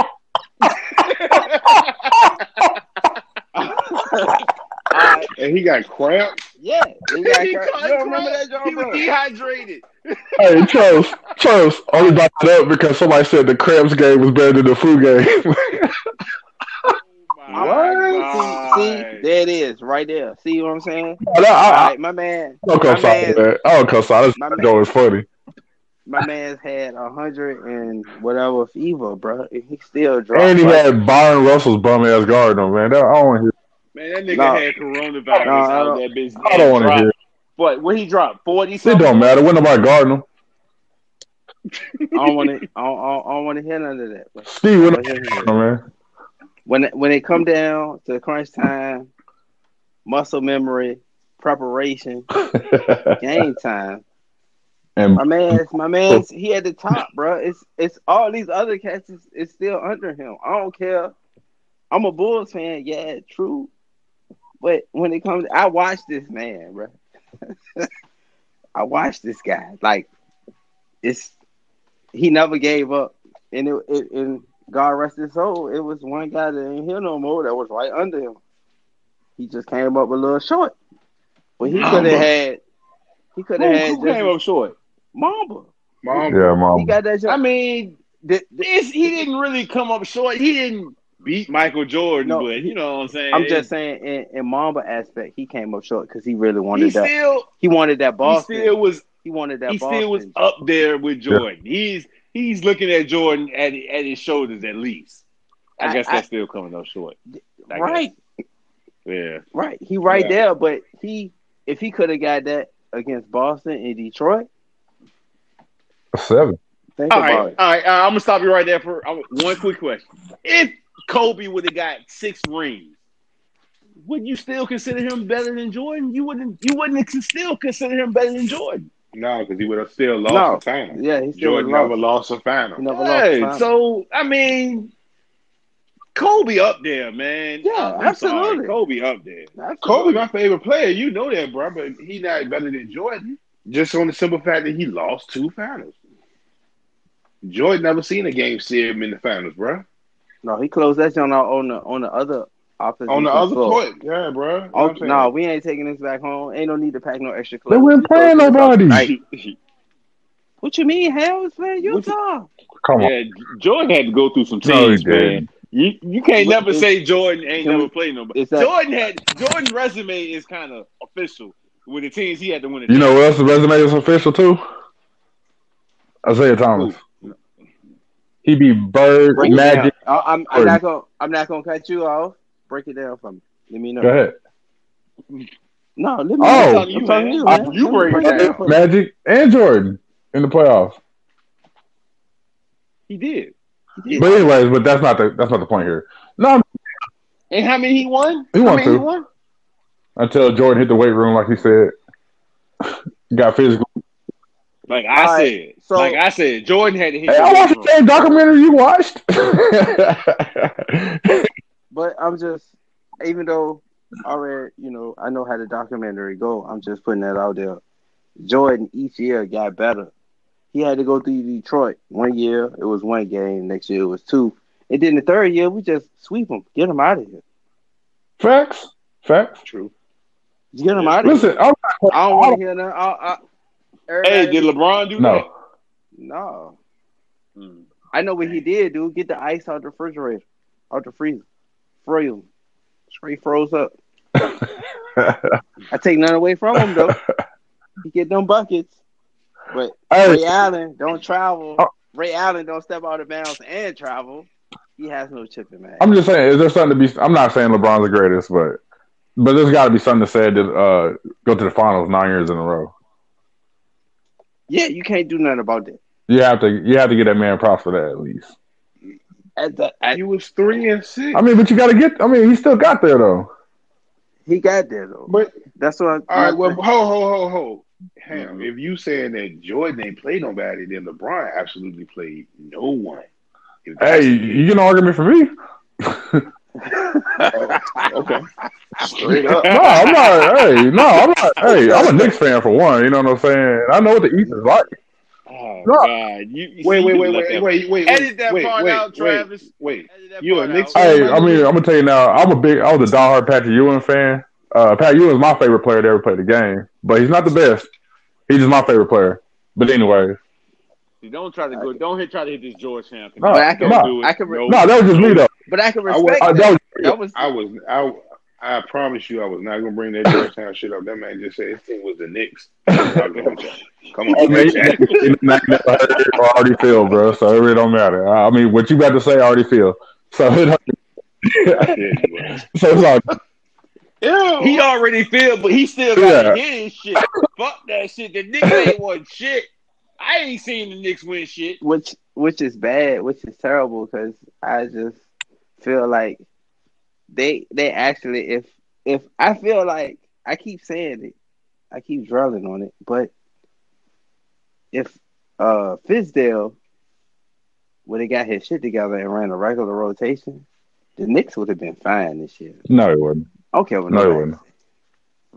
S4: And he got crap.
S3: Yeah, he got
S1: He
S3: cur-
S1: cut
S3: you don't remember
S1: crap.
S3: that, John
S1: He was
S3: Brown?
S1: dehydrated.
S2: Hey, Charles, Charles only brought that up because somebody said the cramps game was better than the flu game.
S4: Oh,
S3: What? Oh See, see, there it is, right there. See what I'm saying?
S2: I,
S3: All
S2: I, I,
S3: right, my man,
S2: don't
S3: My
S2: cuss out,
S3: man-
S2: Ah. man. I don't cuss out. This
S3: My man-
S2: joke is funny.
S3: my man's had a hundred and whatever fever, bro. and He still
S2: And
S3: dropped.
S2: he
S3: Like,
S2: had Byron Russell's bum ass guard on, man. That, I don't want to hear.
S1: Man, that nigga
S3: Nah.
S1: had coronavirus
S3: Nah, I
S1: out
S3: don't-
S1: that bitch.
S2: I don't want to hear.
S1: But what he dropped? 40
S2: It
S1: something?
S2: don't matter. When nobody guarding him.
S3: I don't want to. I don't, I don't, I don't want to hear none of that. But
S2: Steve, when
S3: I don't wanna hear none of that.
S2: Oh, man.
S3: when when it come down to crunch time, muscle memory, preparation, game time.
S2: and
S3: My man's my man's he at the top, bro. It's it's all these other cats is, is still under him. I don't care. I'm a Bulls fan, yeah, true. But when it comes, I watch this man, bro. I watch this guy. Like it's he never gave up, and it, it and God rest his soul. It was one guy that ain't here no more that was right under him. He just came up a little short, but he could have had. He could have had
S1: Who, who
S3: just
S1: came up short?
S3: Mamba.
S4: Mom,
S2: yeah,
S3: He
S2: mom.
S3: got that job.
S1: I mean,
S3: The- the-
S1: this he didn't really come up short. He didn't beat Michael Jordan,
S3: No.
S1: but you know what I'm saying.
S3: I'm just saying, in, in Mamba aspect, he came up short because he really wanted
S1: he
S3: that.
S1: still
S3: he wanted that Boston.
S1: he
S3: He,
S1: still was
S3: wanted that
S1: he
S3: Boston.
S1: still was up there with Jordan. He's he's looking at Jordan at at his shoulders at least. I,
S3: I-
S1: guess
S3: I-
S1: that's still coming up short. I guess.
S3: right,
S1: Yeah.
S3: right. He right
S1: Yeah.
S3: there, but he if he could have got that against Boston and Detroit,
S2: Seven.
S3: think
S1: All right, all right,
S3: about
S1: all right. I'm gonna stop you right there for I'm- one quick question. If Kobe would have got six rings, would you still consider him better than Jordan? You wouldn't. You wouldn't con- still consider him better than Jordan.
S4: no, because he would have still lost
S3: No.
S4: the final.
S3: it. Yeah, he still
S4: Jordan
S3: lost.
S4: never lost a
S3: He
S4: final.
S3: never
S1: Yeah,
S3: lost. time.
S1: so I mean, Kobe up there, man.
S3: Yeah,
S1: I'm sorry,
S3: absolutely.
S1: Kobe up there.
S4: Kobe, my favorite player, you know that, bro. But he not better than Jordan, just on the simple fact that he lost two finals. Jordan never seen a game series in the finals, bro.
S3: no, he closed that joint out on the on the other opposite
S4: On the other
S3: floor.
S4: court, yeah, bro. You know
S3: Oh,
S4: what I'm
S3: no,
S4: saying?
S3: we ain't taking this back home. Ain't no need to pack no extra clothes.
S2: They weren't
S3: We
S2: playing
S3: close this out.
S2: nobody.
S3: What you mean? Hell was playing
S1: What you-
S3: Utah.
S2: Come on.
S1: Yeah, Jordan had to go through some
S2: No, he
S1: teams, man.
S2: didn't.
S1: You you can't
S3: Look,
S1: never
S3: it's-
S1: say Jordan ain't
S3: can
S1: never
S3: we-
S1: played nobody.
S3: is that-
S1: Jordan had Jordan's resume is kind of official with the teams he had to win. a
S2: You know what else the resume is official too? Isaiah Thomas. He be Bird,
S3: Break it
S2: Magic.
S3: down. I, I'm, I'm
S2: Or-
S3: not gonna I'm not gonna cut you off. Break it down for me. Let me know.
S2: Go ahead.
S3: No, let me.
S2: Oh.
S3: I'm
S1: talking to you,
S3: talking to
S1: man.
S3: you,
S2: I-
S3: man.
S4: you
S3: Let me
S4: break it
S3: down
S4: down.
S3: for me.
S2: Magic and Jordan in the playoffs.
S1: He did.
S3: Yeah.
S2: But anyways, but that's not the that's not the point here. No,
S1: And how many he won?
S2: He
S1: how
S2: won
S1: many
S2: two.
S1: he won?
S2: until Jordan hit the weight room, like he said, got physical.
S1: Like I
S3: All right,
S1: said,
S3: so-
S1: like I said, Jordan had to hit.
S2: Hey, I
S1: the
S2: watched
S1: big
S2: the same documentary you watched.
S3: But I'm just, even though I read, you know, I know how the documentary go. I'm just putting that out there. Jordan each year got better. He had to go through Detroit. One year it was one game. Next year it was two. And then the third year we just sweep him, get him out of here,
S2: Facts. Facts.
S4: True.
S3: get him out of here.
S2: Listen, I'm not,
S3: I don't want to hear that. I, I,
S1: room. Hey,
S3: everybody-
S1: did LeBron do
S2: no.
S3: no.
S1: that?
S4: Hmm.
S1: Mm.
S3: I know what he did, dude. Get the ice out the refrigerator, out the freezer, froze, straight froze up. I take none away from him though. he get them buckets, but Ray
S2: Hey,
S3: Allen don't travel.
S2: Oh.
S3: Ray Allen don't step out of bounds and travel. He has no chipping, man.
S2: I'm just saying, is there something to be? I'm not saying LeBron's the greatest, but but there's got to be something to say to uh, go to the finals nine years in a row.
S3: yeah, you can't do nothing about that.
S2: You have to you have to get that man props for that at least.
S3: At the, at,
S4: He was three and six.
S2: I mean, but you got to get. I mean, he still got there though.
S3: he got there though.
S4: but
S3: That's what.
S4: all right, well, ho, ho, ho, ho.
S1: Mm-hmm.
S4: Ham, if you saying that Jordan ain't played nobody, then LeBron absolutely played no one. If that's
S2: Hey, you get an argument for me?
S4: okay, straight up.
S2: No, I'm not. hey, no, I'm not. Hey, I'm a Knicks fan for one. You know what I'm saying? I know what the East is like.
S1: Oh
S3: Uh,
S2: No.
S1: God! You, you
S4: Wait,
S1: see, you
S4: wait, wait,
S1: let
S4: wait,
S1: that-
S4: wait, wait.
S1: Edit that
S4: wait,
S1: part
S4: wait,
S1: out,
S4: wait,
S1: Travis.
S4: Wait,
S1: Edit that
S4: You a
S1: part
S4: Knicks
S1: out.
S4: fan?
S2: Hey, I mean, I'm gonna tell you now. I'm a big. I was a diehard Patrick Ewing fan. Uh, Pat Ewing's my favorite player to ever play the game, but he's not the best. He's just my favorite player. But anyway,
S1: See, don't try to go. Don't hit. Try to hit this Georgetown.
S2: No,
S3: But I can-
S1: don't do it.
S3: I can-
S1: No,
S2: no, that was just me though.
S3: but I can
S4: I would-
S3: respect
S2: Uh, that
S3: that.
S2: was,
S3: That was
S4: I was, I, I promise you, I was not gonna bring that Georgetown shit up. That man just said his thing was the Knicks. Come
S2: I mean,
S4: on,
S2: you know, I never heard it or already feel, bro. So it really don't matter. I I mean, what you got to say, I already feel. So it,
S4: I feel you, bro.
S2: so it's like,
S1: he already feel, but he still got to
S2: Yeah.
S1: hit his shit. Fuck that shit. The Knicks ain't won shit. I ain't seen the Knicks win shit.
S3: which which is bad, which is terrible because I just feel like they they actually if if I feel like I keep saying it. I keep dwelling on it. But if uh Fizdale would have got his shit together and ran a regular rotation, the Knicks would have been fine this year.
S2: No, it wouldn't.
S3: Okay, well,
S2: No, it
S3: nobody-
S2: wouldn't.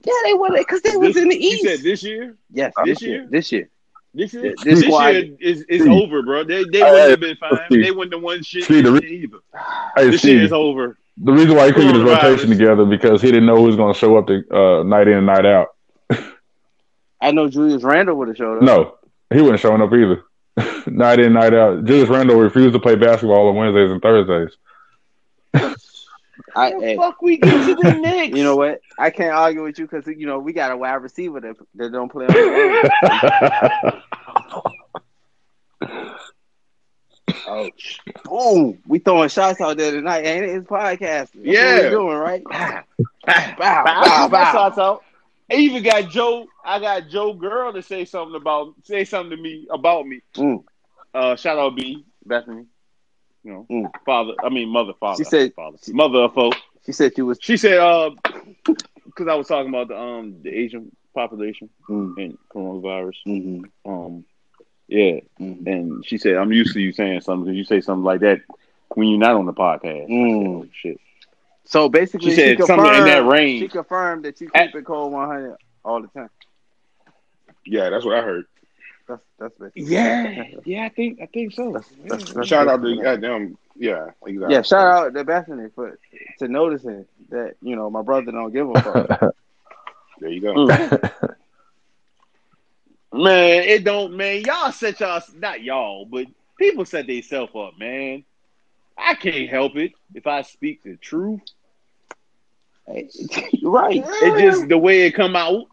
S3: Yeah, they would have because they was
S1: This-
S3: in the
S1: You
S3: East.
S1: said this year?
S3: yes,
S1: this
S3: this year.
S1: year?
S3: This year.
S1: This year,
S3: This
S1: this
S3: squad-
S1: year is, is over, bro. They they wouldn't have been fine. They wouldn't have won shit
S2: See, the re-
S1: either.
S2: Hey,
S1: This year
S2: Steve,
S1: is over.
S2: the reason why he couldn't get his
S1: Coronavirus.
S2: rotation together because he didn't know who was going to show up the, uh, night in and night out.
S3: I know Julius Randle would have showed up.
S2: No, he wasn't showing up either. night in, night out. Julius Randle refused to play basketball on Wednesdays and Thursdays.
S3: I,
S1: The
S3: hey,
S1: fuck we get to the Knicks?
S3: you know what? I can't argue with you because you know we got a wide receiver that, that don't play on the road.
S4: Ouch.
S3: Boom! We throwing shots out there tonight, ain't it? It's podcasting. That's what
S1: Yeah.
S3: we doing right. Bow, bow,
S1: I
S3: bow,
S1: took my
S3: bow.
S1: shots out. I even got Joe. I got Joe Girl to say something about say something to me about me.
S3: Mm.
S1: Uh, shout out B Bethany. You know,
S3: Mm.
S1: father. I mean, mother, father.
S3: She said-
S1: father, mother of folk.
S3: She said she was.
S1: She said, uh, because I was talking about the um the Asian population
S3: Mm,
S1: and coronavirus.
S3: mhm,
S1: Um, yeah,
S3: mhm,
S1: and she said, I'm used to you saying something because you say something like that when you're not on the podcast.
S3: mm.
S1: Oh, shit.
S3: So basically,
S1: She
S3: she,
S1: said
S3: confirmed,
S1: something in that range.
S3: She confirmed that you keep
S1: At-
S3: it cold one hundred all the time.
S4: Yeah, that's what I heard.
S3: That's that's basically.
S1: Yeah, yeah, I think I think so.
S3: That's- that's- that's-
S4: Shout out to goddamn. Yeah, exactly.
S3: Yeah, shout out to Bethany for to noticing that you know my brother don't give a fuck.
S4: There you
S1: Mm.
S4: go.
S1: Man, it don't man. Y'all set y'all not y'all, but people set themselves up, man. I can't help it if I speak the truth.
S3: right.
S1: It just the way it come out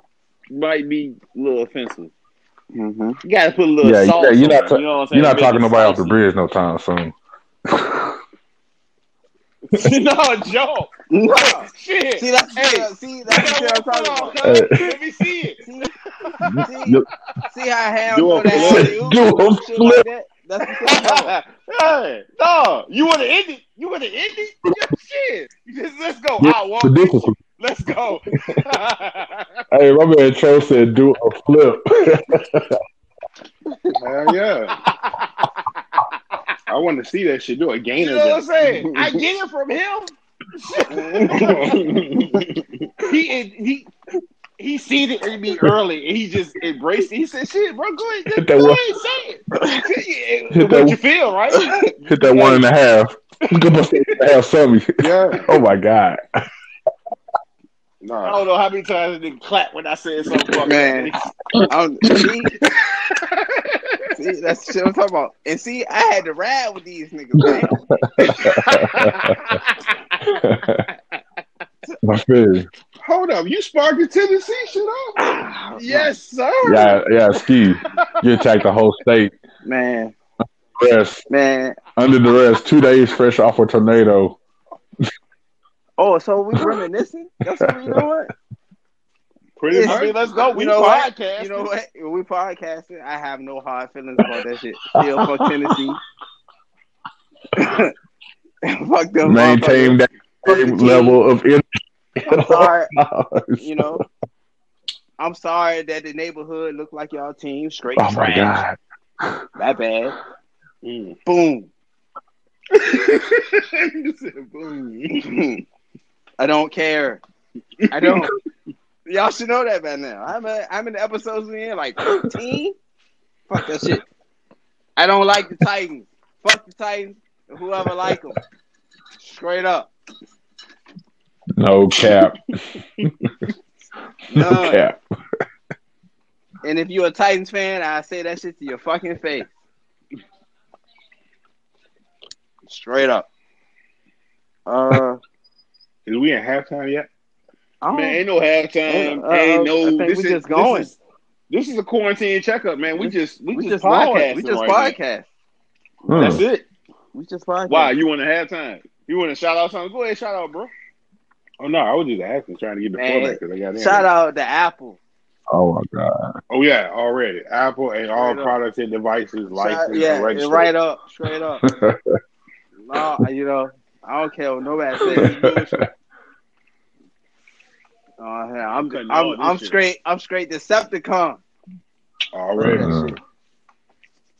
S1: might be a little offensive.
S3: Mm-hmm.
S1: You gotta put a little
S2: Yeah,
S1: salt.
S2: yeah, you're
S1: on
S2: not
S1: it,
S2: ta-
S1: you know what I'm saying?
S2: You're not
S1: Make
S2: talking
S1: it
S2: nobody off the
S1: spicy.
S2: bridge no time soon.
S1: no joke. Shit.
S3: See that's
S1: Hey,
S3: see that's what I'm talking about.
S1: Come on, cuz. Let me see it.
S3: See, see,
S2: Yep.
S3: see how Ham
S4: Do
S3: do
S4: a
S3: that
S4: flip.
S3: alley-oop
S2: Do
S3: and
S2: a
S3: shit like that. That's what I'm talking
S1: hey, no, you would have ended. You would have ended. Yeah, shit. Just, let's go.
S2: Yeah,
S1: I walk.
S2: But this is-
S1: Let's go.
S2: hey, my man Cho said do a flip.
S4: Hell yeah. I want to see that shit do a
S1: you
S4: gainer.
S1: know what I'm saying? I get it from him. he he he seen it in me early, and he just embraced it. He said, "Shit, bro, go ahead, just
S2: Hit
S1: go
S2: that
S1: ahead,
S2: one-
S1: say it.
S2: Hit that
S1: what
S2: one-
S1: you feel, right?
S2: Hit that one and a half. Go bust it in half something.
S4: Yeah.
S2: Oh my god.
S1: I
S4: Nah.
S1: don't know how many times I didn't clap when I said something. fucking-
S3: Man. about. I'm- see, see, that's the shit I'm talking about. And see, I had to ride with these niggas, man.
S2: My feelings.
S4: Hold up. You sparked the Tennessee shit up.
S1: yes, sir.
S2: Yeah, yeah, Steve. You attacked the whole state.
S3: Man,
S2: Press
S3: man.
S2: under the rest, two days fresh off a tornado.
S3: Oh, so we reminiscing? That's what we doing.
S4: Pretty
S1: I mean,
S4: much.
S1: let's go. We
S3: You know what?
S1: podcast.
S3: You know what? When we podcasting, I have no hard feelings about that shit. Still fuck Tennessee. fuck them.
S2: Maintain
S3: motherfuckers.
S2: that same level of energy. Oh,
S3: I'm sorry. you know. I'm sorry that the neighborhood looked like y'all team. Straight
S2: Oh my
S3: trash.
S2: god.
S3: My bad.
S4: Mm.
S3: Boom.
S4: You said, boom.
S3: I don't care. I don't. y'all should know that by now. I'm a, I'm in the episodes we in like 13. Fuck that shit. I don't like the Titans. Fuck the Titans. and Whoever like them. Straight up.
S2: No cap. No
S3: None.
S2: cap.
S3: And if you're a Titans fan, I say that shit to your fucking face. Straight up. Uh,
S4: Is we in halftime yet?
S3: I
S1: Man,
S3: don't-
S1: ain't no halftime.
S3: Uh,
S1: ain't
S3: uh,
S1: no.
S3: I think
S1: this
S3: we
S1: is,
S3: just going.
S1: This is, this is a quarantine checkup, man. We just we,
S3: we,
S1: just,
S3: just
S1: podcasting
S3: podcast. We just
S1: right now.
S3: podcast.
S2: Hmm.
S1: That's it.
S3: We just podcast.
S1: Wow, you want to have time? You want to shout out something? Go ahead, shout out, bro.
S4: Oh, no. I was just asking, trying to get the
S3: Man.
S4: format because I got in.
S3: Shout out to Apple.
S2: Oh my god.
S4: Oh, yeah. Already. Apple and all
S3: Straight up.
S4: products and devices
S3: Shout,
S4: licensed
S3: yeah,
S4: and registered.
S3: right up, straight up. no, you know, I don't care what nobody says. Oh, yeah, I'm
S4: Cutting
S3: I'm,
S4: all
S3: I'm,
S4: this shit.
S3: straight. I'm straight Decepticon.
S4: Already.
S2: Uh-huh.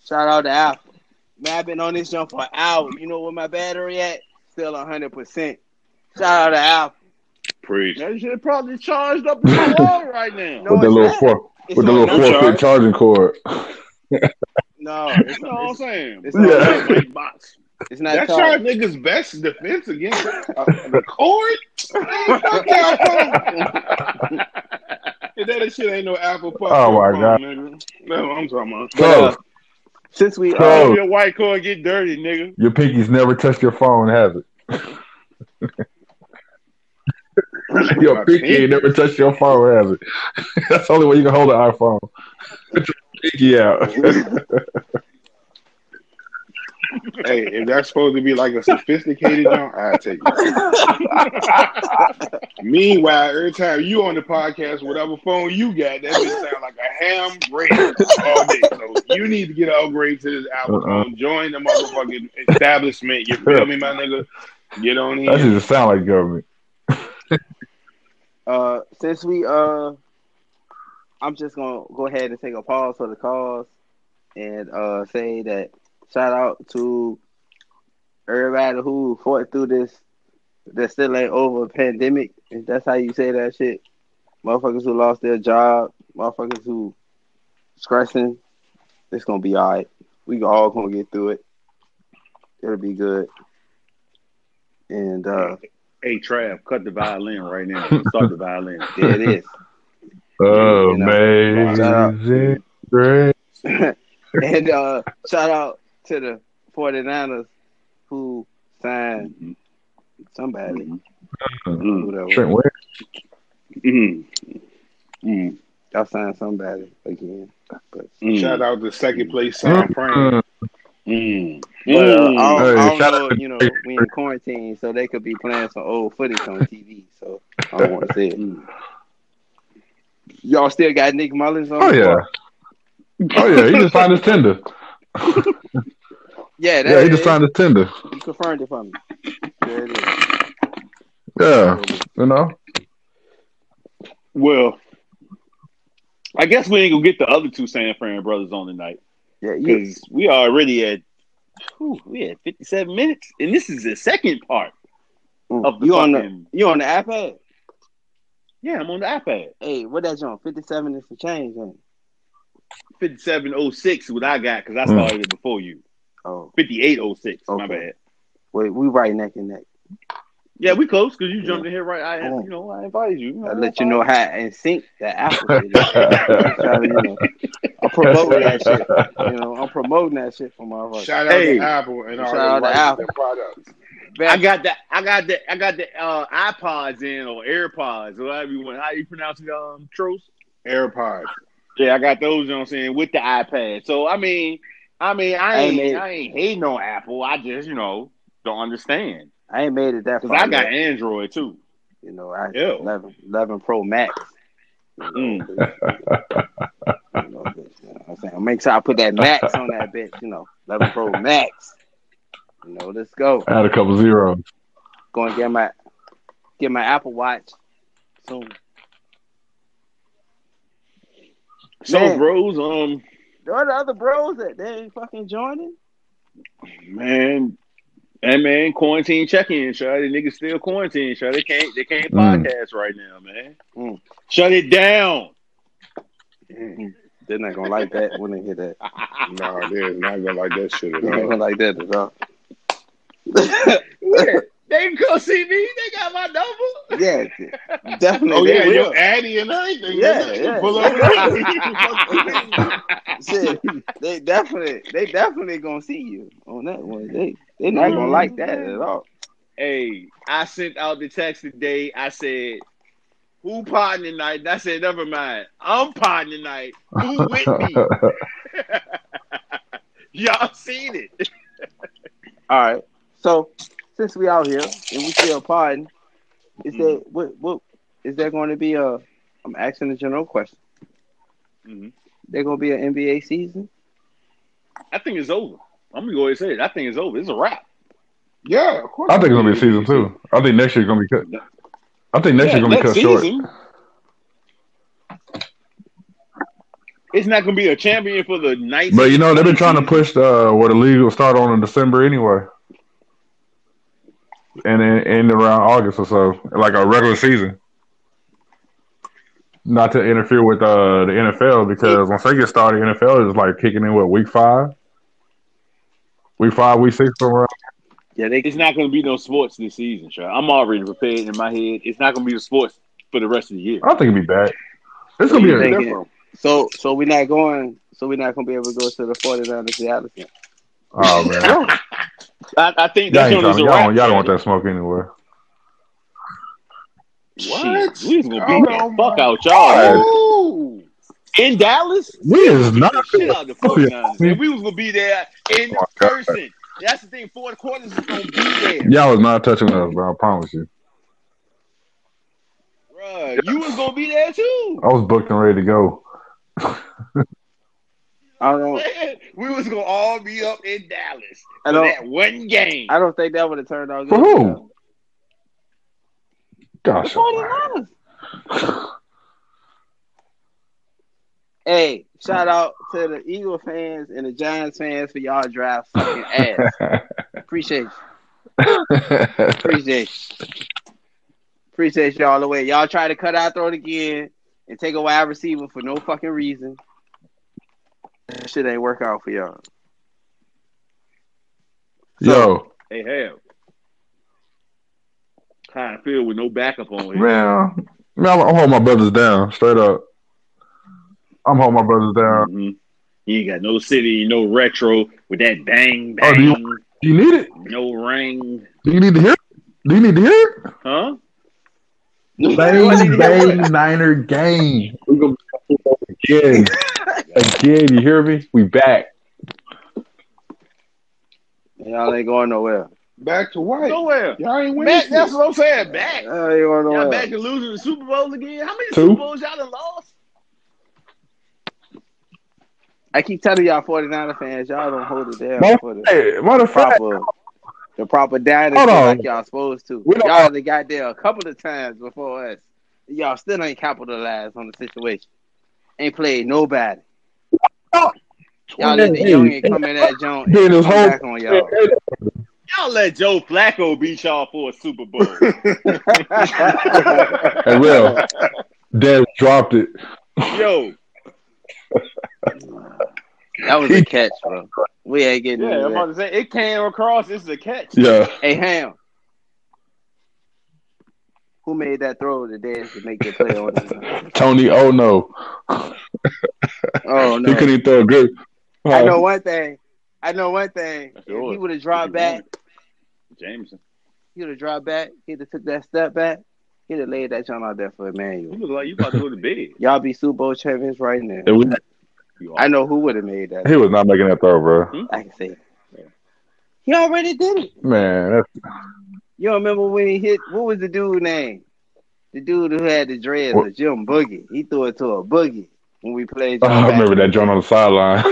S3: Shout out to Apple. Man, I've been on this jump for an hour. You know where my battery at? Still hundred percent. Shout out to Apple.
S4: Preach.
S1: That shit probably charged up in my wall right now.
S3: No,
S2: with the
S3: it's
S2: little
S3: not.
S2: four,
S3: It's
S2: with the
S3: on
S2: little
S3: no-
S2: four foot charging cord.
S3: No,
S1: That's all I'm
S3: it's,
S1: saying.
S3: it's
S1: Bro,
S3: not-
S1: that white box.
S3: it's not.
S4: That's
S3: charged.
S4: our niggas' best defense against uh, the cord. Man, fuck y'all phone. And that shit ain't no Apple fuck
S2: Oh,
S4: your
S2: my
S4: phone,
S2: God.
S4: nigga. That's what I'm talking about.
S3: But,
S2: Bro,
S3: uh, since we
S2: Bro.
S1: Oh, your white cord get dirty, nigga.
S2: your pinkies never touch your phone, have it? Your
S4: My
S2: pinky ain't never touched your phone, has it? That's the only way you can hold an iPhone. Put your pinky out.
S4: Hey, if that's supposed to be like a sophisticated jump, I take it. Meanwhile, every time you on the podcast, whatever phone you got, that bitch sound like a ham radio all day. So you need to get upgraded to this Apple
S2: Uh-uh.
S4: phone. Join the motherfucking establishment. You feel me, my nigga? Get on
S2: That
S4: in.
S2: should sound like government.
S3: uh, since we uh, I'm just gonna go ahead and take a pause for the cause, and uh, say that shout out to everybody who fought through this. That still ain't over a pandemic. If that's how you say that shit, motherfuckers who lost their job, motherfuckers who stressing, it's gonna be all right. We all gonna get through it. It'll be good. And uh,
S1: Hey, Trav, cut the violin right now. Start the violin.
S3: there it is.
S2: Oh,
S3: You know, shout out.
S2: Amazing grace.
S3: and uh, shout out to the 49ers who signed somebody.
S1: Mm,
S3: Whatever.
S2: Trent Ware.
S1: mm, mm,
S3: Y'all signed somebody again. But,
S1: mm,
S4: Shout out to second place Sam Frank.
S1: Mm,
S2: Mm.
S3: but
S1: mm.
S3: uh, I don't,
S2: Hey,
S3: I don't
S2: shout
S3: know,
S2: out to-
S3: you know, we in quarantine, so they could be playing some old footage on TV. So I don't want to say it.
S1: Mm.
S3: Y'all still got Nick Mullins on?
S2: Oh yeah. Oh yeah, he just signed his Tinder.
S3: Yeah, that,
S2: Yeah, he just signed his Tinder.
S3: You confirmed it for me. There it is.
S2: Yeah. You know?
S1: Well, I guess we ain't gonna get the other two San Fran brothers on tonight
S3: Yeah, you,
S1: because we already at whew, we at fifty seven minutes, and this is the second part of the
S3: you on
S1: fucking.
S3: the you on the iPad?
S1: yeah, I'm on the iPad.
S3: Hey, what that on? Fifty seven is some change. ain't it?
S1: Fifty seven oh six, what I got because I started it before you.
S3: Oh,
S1: Fifty eight oh six. My
S3: Mm. Okay.
S1: bad.
S3: wait, we right neck and neck.
S1: Yeah, we close because you jumped in here right. I
S4: Oh.
S3: Yeah.
S1: you know I invited you.
S3: I let you know how in sync that Apple shit is. I'm trying to, you know, I'm promoting that shit. You know, I'm promoting that shit for my right.
S4: Shout out
S1: Hey.
S4: to Apple and all
S3: Shout out to
S4: the
S3: Apple.
S4: Apple products.
S1: I got the I got the I got the uh, iPods in or AirPods or whatever you want. How you pronounce it? Um, Tros.
S4: AirPods.
S1: Yeah, I got those. You know what I'm saying with the iPad. So I mean, I mean, I
S3: Hey,
S1: ain't
S3: man.
S1: I ain't hating on Apple. I just you know don't understand
S3: I ain't made it that
S1: because
S3: far.
S1: I got
S3: yet.
S1: Android too.
S3: you know, I
S1: Ew.
S3: 11, 11 Pro Max.
S1: Mm.
S3: You know, bitch, you know what I'm saying? I'll make sure I put that max on that bitch, you know, 11 Pro Max. You know, let's go.
S2: I had a couple zeros.
S3: Go and get my get my Apple Watch soon.
S1: So
S3: Man.
S1: bros, um,
S3: There are the other bros that they ain't fucking joining.
S1: man, and man, quarantine check-in. Shut the niggas still quarantine. Shut they can't they can't
S2: Mm.
S1: podcast right now, man.
S3: Mm.
S1: Shut it down.
S3: They're not gonna like that when they hear that.
S4: No, they're not gonna like that shit at
S3: They're not
S4: all.
S3: gonna like that at all.
S1: They can come see me. They got my number.
S3: Yeah, definitely.
S4: Oh
S3: they
S4: yeah,
S3: will.
S4: your Addy and everything.
S3: Yeah,
S4: nigga.
S3: yeah.
S4: Pull over.
S3: Shit, they definitely, they definitely gonna see you on that one. They, they not gonna like that at all.
S1: Hey, I sent out the text today. I said, "Who potting tonight?" And I said, "Never mind. I'm potting tonight. Who with me?" Y'all seen it?
S3: All right. So since we out here and we still partying, is there what what is there going to be a? I'm asking a general question.
S4: Mm-hmm.
S1: Mhm.
S3: There gonna be an NBA season?
S1: I think it's over. I'm gonna go ahead and say it. I think it's over. It's a wrap.
S4: Yeah, of course.
S2: I think it's gonna be season two. I think next year's gonna be cut. I think next year's gonna be cut short.
S1: season. It's not going to be a champion for the night.
S2: But you know they've been trying to push uh, where the league will start on in December anyway, and then end around August or so, like a regular season. Not to interfere with uh, the NFL because once they get started, NFL is like kicking in what week five, week five, week six somewhere.
S3: Yeah, they
S1: It's not going to be no sports this season, Sean. I'm already prepared in my head. It's not going to be the sports for the rest of the year.
S2: I don't think it'd be bad. It's gonna be
S3: What do you
S2: a,
S3: think? so so we're not going so we're not gonna be able to go to the 49ers Dallas. game.
S2: oh man.
S1: I, I think
S2: Y'all,
S1: that's going
S2: ain't
S1: to
S2: trying,
S1: be
S2: y'all, don't, y'all don't want that smoke anywhere.
S1: What? We was going to
S4: Oh,
S1: beat the
S4: my
S1: fuck out y'all.
S4: Ooh.
S1: In Dallas?
S2: We is not.
S1: the shit out of the 49ers. And we was gonna be there in
S2: Oh, my God.
S1: person. That's the thing. Fourth quarters is gonna be there,
S2: Y'all was not touching us, bro. I promise you.
S1: Bruh, You was gonna be there too.
S2: I was booked and ready to go.
S3: I don't
S1: We was gonna all be up in Dallas
S3: I
S1: for
S3: don't
S1: that one game.
S3: I don't think that would have turned out
S2: For
S3: good.
S2: who? Gosh,
S3: Hey, shout out to the Eagle fans and the Giants fans for y'all drive fucking ass. Appreciate you. Appreciate you. Appreciate y'all the way. Y'all try to cut out throw it again and take a wide receiver for no fucking reason. Shit ain't work out for y'all.
S2: yo,
S1: They have. Kind of field with no backup on him.
S2: man, man, I'm, I'm holding my brothers down, straight up. I'm holding my brothers down.
S1: Mhm. You ain't got no city, no retro with that bang
S2: Oh, do
S1: bang,
S2: you- Do you need it?
S1: no ring,
S2: Do you need to hear? It? Do you need to hear?
S1: huh?
S2: It? Bang bang Niner game. We gonna again, again. You hear me? We back.
S3: Y'all ain't going nowhere.
S4: Back to white.
S1: Nowhere.
S4: Y'all ain't winning.
S1: Back, that's
S4: shit.
S1: what I'm saying. Back.
S3: Y'all ain't going
S1: Y'all
S3: nowhere.
S1: back to losing the Super Bowl again. How many
S2: Two.
S1: Super Bowls y'all done lost?
S3: I keep telling y'all 49er fans, y'all don't hold it down
S2: No.
S3: for the
S2: Hey, matter of fact,
S3: proper the proper dynasty
S2: Hold on.
S3: like y'all supposed to.
S2: We don't-
S3: Y'all done got there a couple of times before us. Y'all still ain't capitalized on the situation. Ain't played nobody. Y'all let the young and come in that joint and
S2: Then
S3: come
S2: this whole-
S3: back on y'all.
S1: Y'all let Joe Flacco beat y'all for a Super Bowl.
S2: Hey, Will, Dad dropped it.
S1: Yo,
S3: That was a catch, bro. We ain't getting
S1: yeah, I'm
S3: into
S1: about
S3: that.
S1: to say it came across. This is a catch.
S2: Yeah.
S3: Hey Ham. Who made that throw to dance to make the play on this?
S2: Tony, oh no.
S3: Oh no.
S2: He couldn't even throw a grip.
S3: I know one thing. I know one thing.
S1: That's
S3: If
S1: yours.
S3: he would have dropped
S1: That's
S3: back,
S1: Jameson,
S3: he would have dropped back, he'd have took that step back, he'd have laid that joint out there for
S1: you
S3: Emmanuel.
S1: look like you about to go to bed.
S3: Y'all be Super Bowl champions right now.
S2: It was,
S1: You
S3: I know who would have made that.
S2: he was not making that throw, bro.
S3: I can say it. He already did it.
S2: Man, that's
S3: You don't remember when he hit what was the dude name? The dude who had the dreads,
S2: What?
S3: the Jim Boogie. He threw it to a boogie when we played.
S2: oh,
S3: y'all
S2: I
S3: back.
S2: remember that joint on the sideline.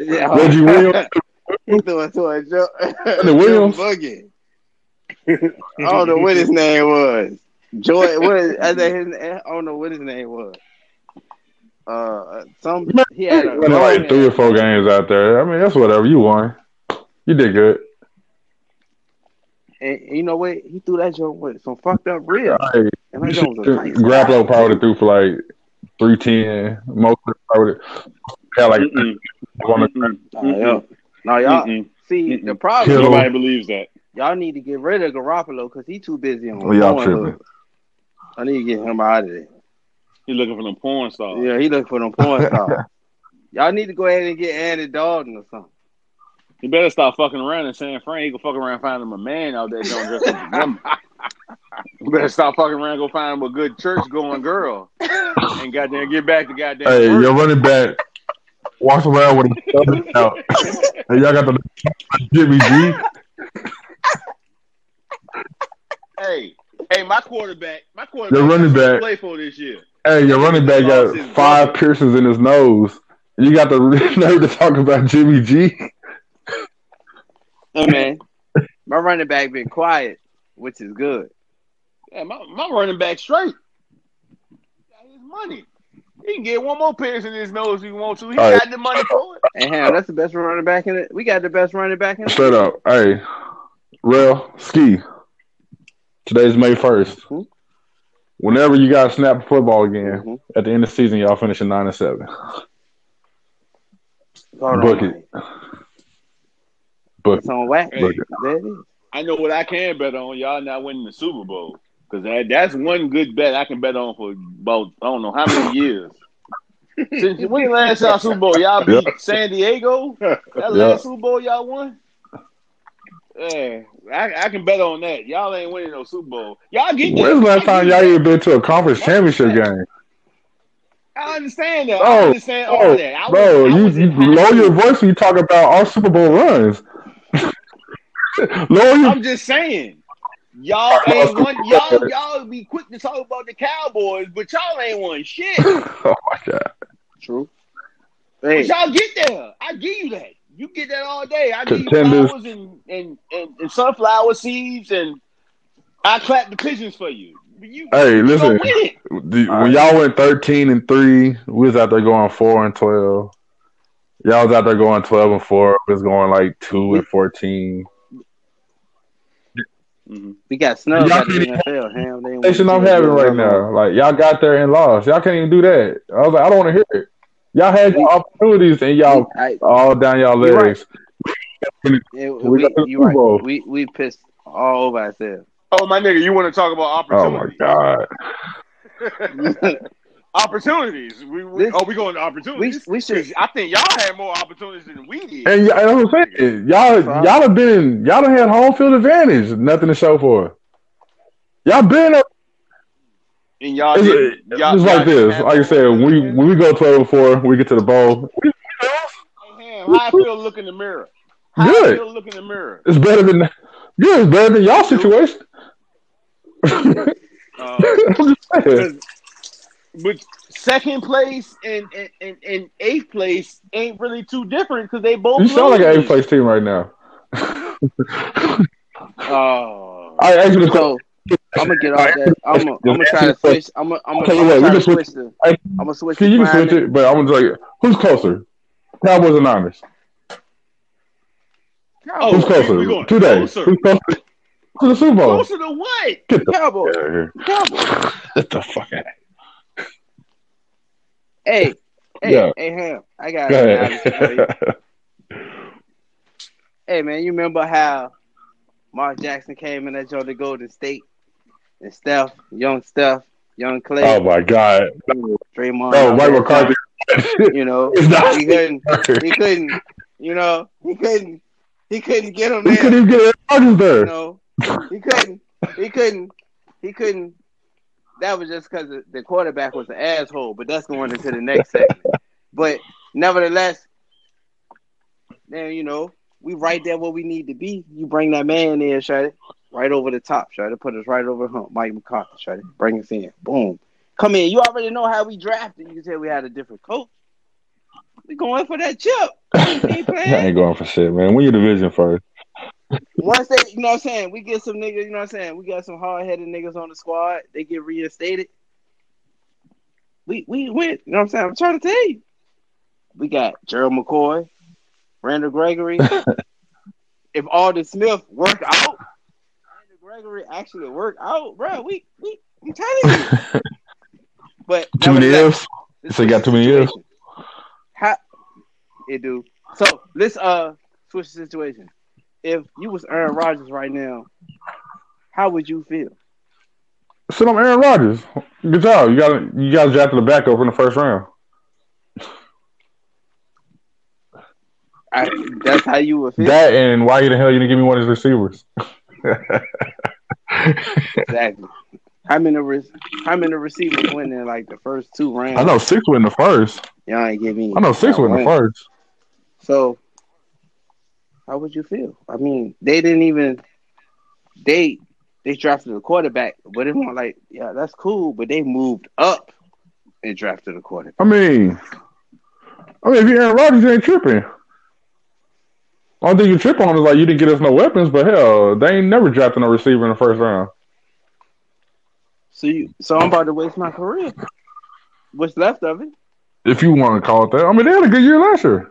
S3: Yeah.
S2: Reggie
S1: Oh,
S2: Williams.
S3: he threw it to a Jim, Jim
S2: Williams?
S3: Boogie. I don't know what his name was. Joy. What is, I, think his, I don't know what his name was. Uh, some he had a
S2: Running like three or four games out there. I mean, that's whatever. You won. You did good.
S3: And, and you know what? He threw that joke with some fucked up ribs.
S2: Hey,
S3: And that joke was a nice
S2: Grapplo probably would've threw for like 310. Most of it probably would've- had like
S1: Mm-mm.
S2: one or-
S1: Mm-mm.
S3: shot. Nah, yo. Now y'all
S1: Mm-mm.
S3: see
S1: Mm-mm.
S3: the problem.
S2: Kittle.
S1: Nobody believes that.
S3: Y'all need to get rid of Garoppolo because he too busy on.
S2: Oh, y'all
S3: Pornhub.
S2: tripping.
S3: I need to get him out of there.
S1: He looking for them porn stars.
S3: Oh. Yeah, he looking for them porn stars. y'all need to go ahead and get Andy Dalton or something.
S1: He better stop fucking around in San Fran. He can fuck around and find him a man out there don't dress up as a woman. You better stop fucking around and go find him a good church going girl. And goddamn get back to goddamn
S2: Hey,
S1: work.
S2: your running back walks around with a stomach out. Hey, y'all got the Jimmy G.
S1: Hey, hey, my quarterback, my quarterback
S2: Your running
S1: that's who
S2: back.
S1: play for this year.
S2: Hey, your running back
S1: Lost
S2: got
S1: his
S2: five
S1: brother.
S2: piercings in his nose. You got the nerve to talk about Jimmy G.
S3: Hey, man, my running back been quiet, which is good.
S1: Yeah, my, my running back straight. Got his money.
S4: He can get one more piercing in his nose if he wants to. He
S2: All right.
S4: got the money for it.
S3: And hell, that's the best running back in it. We got the best running back in it.
S2: Shut up. Hey, Rail, Ski. Today's May 1st.
S3: Mhm.
S2: Whenever you guys snap the football again,
S3: Mhm.
S2: at the end of the season, y'all finishing 9 and 7.
S3: Hold
S2: Book
S3: on.
S2: it. Book
S3: It's on whack.
S4: Hey,
S2: Look it.
S3: There it is.
S4: I know what I can bet on. Y'all not winning the Super Bowl because that, that's one good bet I can bet on for about I don't know how many years. Since when the last y'all Super Bowl y'all beat
S2: Yeah.
S4: San Diego? That
S2: Yeah.
S4: last Super Bowl y'all won. Yeah, I, I can bet on that. Y'all ain't winning no Super Bowl. Y'all get that.
S2: When's the last
S4: I
S2: time
S4: get
S2: y'all
S4: that.
S2: even been to a conference championship game?
S4: I understand that. I
S2: Bro,
S4: understand all
S2: Bro,
S4: that. I
S2: bro,
S4: was- I
S2: you,
S4: was
S2: you
S4: in high
S2: lower your
S4: school.
S2: voice when you talk about our Super Bowl runs. lower your
S4: I'm just saying. Y'all ain't one. Y'all y'all be quick to talk about the Cowboys, but y'all ain't won shit.
S2: Oh my god.
S3: True.
S4: But
S3: Hey,
S4: y'all get there. I give you that. You get that all day. I give you
S2: Contenders.
S4: flowers and, and, and, and sunflower seeds, and I clap the pigeons for you. You,
S2: Hey,
S4: you gonna
S2: listen.
S4: win it.
S2: The- when y'all went thirteen and three, we was out there going four and twelve. Y'all was out there going twelve and four. We was going like two and fourteen.
S3: we got snubs
S2: Y'all
S3: out of the
S2: can't-
S3: NFL. Ham, they ain't
S2: Station I'm
S3: winning.
S2: having right now, like y'all got there and lost. Y'all can't even do that. I was like, I don't want to hear it. Y'all had your opportunities and y'all
S3: I,
S2: all down y'all
S3: You're
S2: legs.
S3: it,
S2: We
S3: we,
S2: got the
S3: you
S2: Super Bowl.
S3: right. we, we pissed all over ourselves.
S4: Oh, my nigga, you want to talk about
S2: Oh my
S4: opportunities?
S2: god.
S4: opportunities. We, we
S3: This-
S4: are we going to
S3: We,
S4: opportunities?
S3: we should.
S4: 'Cause I think y'all had more opportunities than we did.
S2: And y- and that's what I'm saying. Y'all, y'all have been, y'all done had home field advantage. Nothing to show for it. Y'all been up.
S4: And y'all,
S2: It's,
S4: didn't. y'all
S2: it's
S4: y'all
S2: like
S4: didn't
S2: this.
S4: have
S2: Like I
S4: more
S2: said, when we
S4: opportunities.
S2: when we go twelve and four, we get to the bowl.
S4: Hey, Ham, how I feel look in the mirror. How I
S2: Good.
S4: feel look in the mirror.
S2: It's better than, yeah, it's better than y'all situation.
S4: Uh,
S2: I'm just saying.
S4: Because- but second place and, and, and, and eighth place ain't really too different because they both.
S2: You sound like an
S4: lose.
S2: eighth place team right now.
S4: Oh,
S2: I asked you the question.
S3: So I'm gonna get off that. I'm gonna, I'm gonna try to switch. I'm gonna, I'm
S2: Tell you
S3: gonna,
S2: what, we
S3: I'm gonna
S2: can
S3: try to
S2: switch-
S3: switch. the-
S2: I-
S3: I'm gonna switch.
S2: See, you
S3: the
S2: can switch
S3: climate.
S2: it, but I'm just like, who's closer? Cowboys or Niners? Who's
S4: Oh, we- we
S2: closer?
S4: going
S2: Today.
S4: closer.
S2: Who's closer to the Super Bowl?
S4: closer to what?
S2: Get the
S3: Cowboys.
S2: fuck out of here.
S3: Cowboys.
S2: Get the fuck out.
S3: Hey, hey,
S2: Yeah.
S3: hey, Ham. I got.
S2: Go
S3: an analogy for you.
S2: ahead.
S3: Hey, man, you remember how Mark Jackson came in that joint to Golden State and Steph, young Steph, young Clay,
S2: oh my god.
S3: Draymond.
S2: Oh, Mike
S3: all
S2: McCarthy.
S3: that, You know,
S2: It's not-
S3: he couldn't.
S2: we
S3: He couldn't. You know, he couldn't. He couldn't get him there.
S2: couldn't even get Rodgers there.
S3: No, he couldn't. He couldn't. He couldn't. That was just because the quarterback was an asshole. But that's going into the next segment. But nevertheless, then you know we right there where we need to be. You bring that man in, Shreddy, right over the top, Shreddy. Put us right over the hump, Mike McCarthy, Shreddy. Bring us in, boom. Come in. You already know how we drafted. You can tell we had a different coach. We going for that chip. Ain't
S2: I
S3: playing.
S2: ain't going for shit, man. Win your division first.
S3: Once they, you know what I'm saying, we get some niggas, you know what I'm saying, we got some hard headed niggas on the squad, they get reinstated. We we went, you know what I'm saying? I'm trying to tell you. We got Gerald McCoy, Randall Gregory. if Alden Smith work out, Randall Gregory actually work out, bro. We we I'm telling you. But
S2: Too many
S3: nevertheless,
S2: ifs. So you got too many ifs.
S3: How it do? So let's uh switch the situation. If you was Aaron Rodgers right now, how would you feel?
S2: Sit on Aaron Rodgers. Good job. You got you guys drafted the backup in the first round.
S3: I, that's how you would feel.
S2: That and why the hell you didn't give me one of his receivers?
S3: exactly. How many re- how many receivers went in like the first two rounds?
S2: I know six win the first.
S3: Y'all ain't give me.
S2: I know six
S3: not
S2: win the
S3: one.
S2: first.
S3: So how would you feel? I mean, they didn't even they they drafted a quarterback, but it was like, yeah, that's cool, but they moved up and drafted a quarterback.
S2: I mean, I mean, if you're Aaron Rodgers, you ain't tripping. Only thing you trip on is like you didn't get us no weapons, but hell, they ain't never drafting a receiver in the first round.
S3: So you, so I'm about to waste my career. What's left of it?
S2: If you want to call it that, I mean they had a good year last year.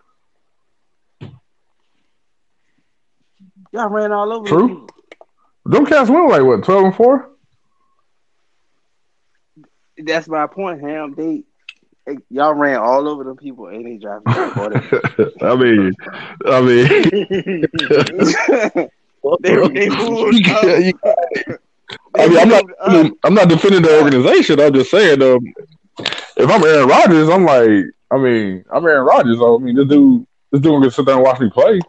S3: Y'all ran all over. the
S2: True.
S3: people.
S2: Them cats went like what twelve and four.
S3: That's my point, Ham. They, they- y'all ran all over them people, and they dropped them.
S2: I mean, I mean,
S3: they they moved up.
S2: Yeah, you-
S3: They
S2: I mean, I'm not,
S3: moved
S2: I
S3: up.
S2: mean, I'm not defending the organization. I'm just saying, um, if I'm Aaron Rodgers, I'm like, I mean, I'm Aaron Rodgers. I mean, this dude, this dude gonna sit there and watch me play.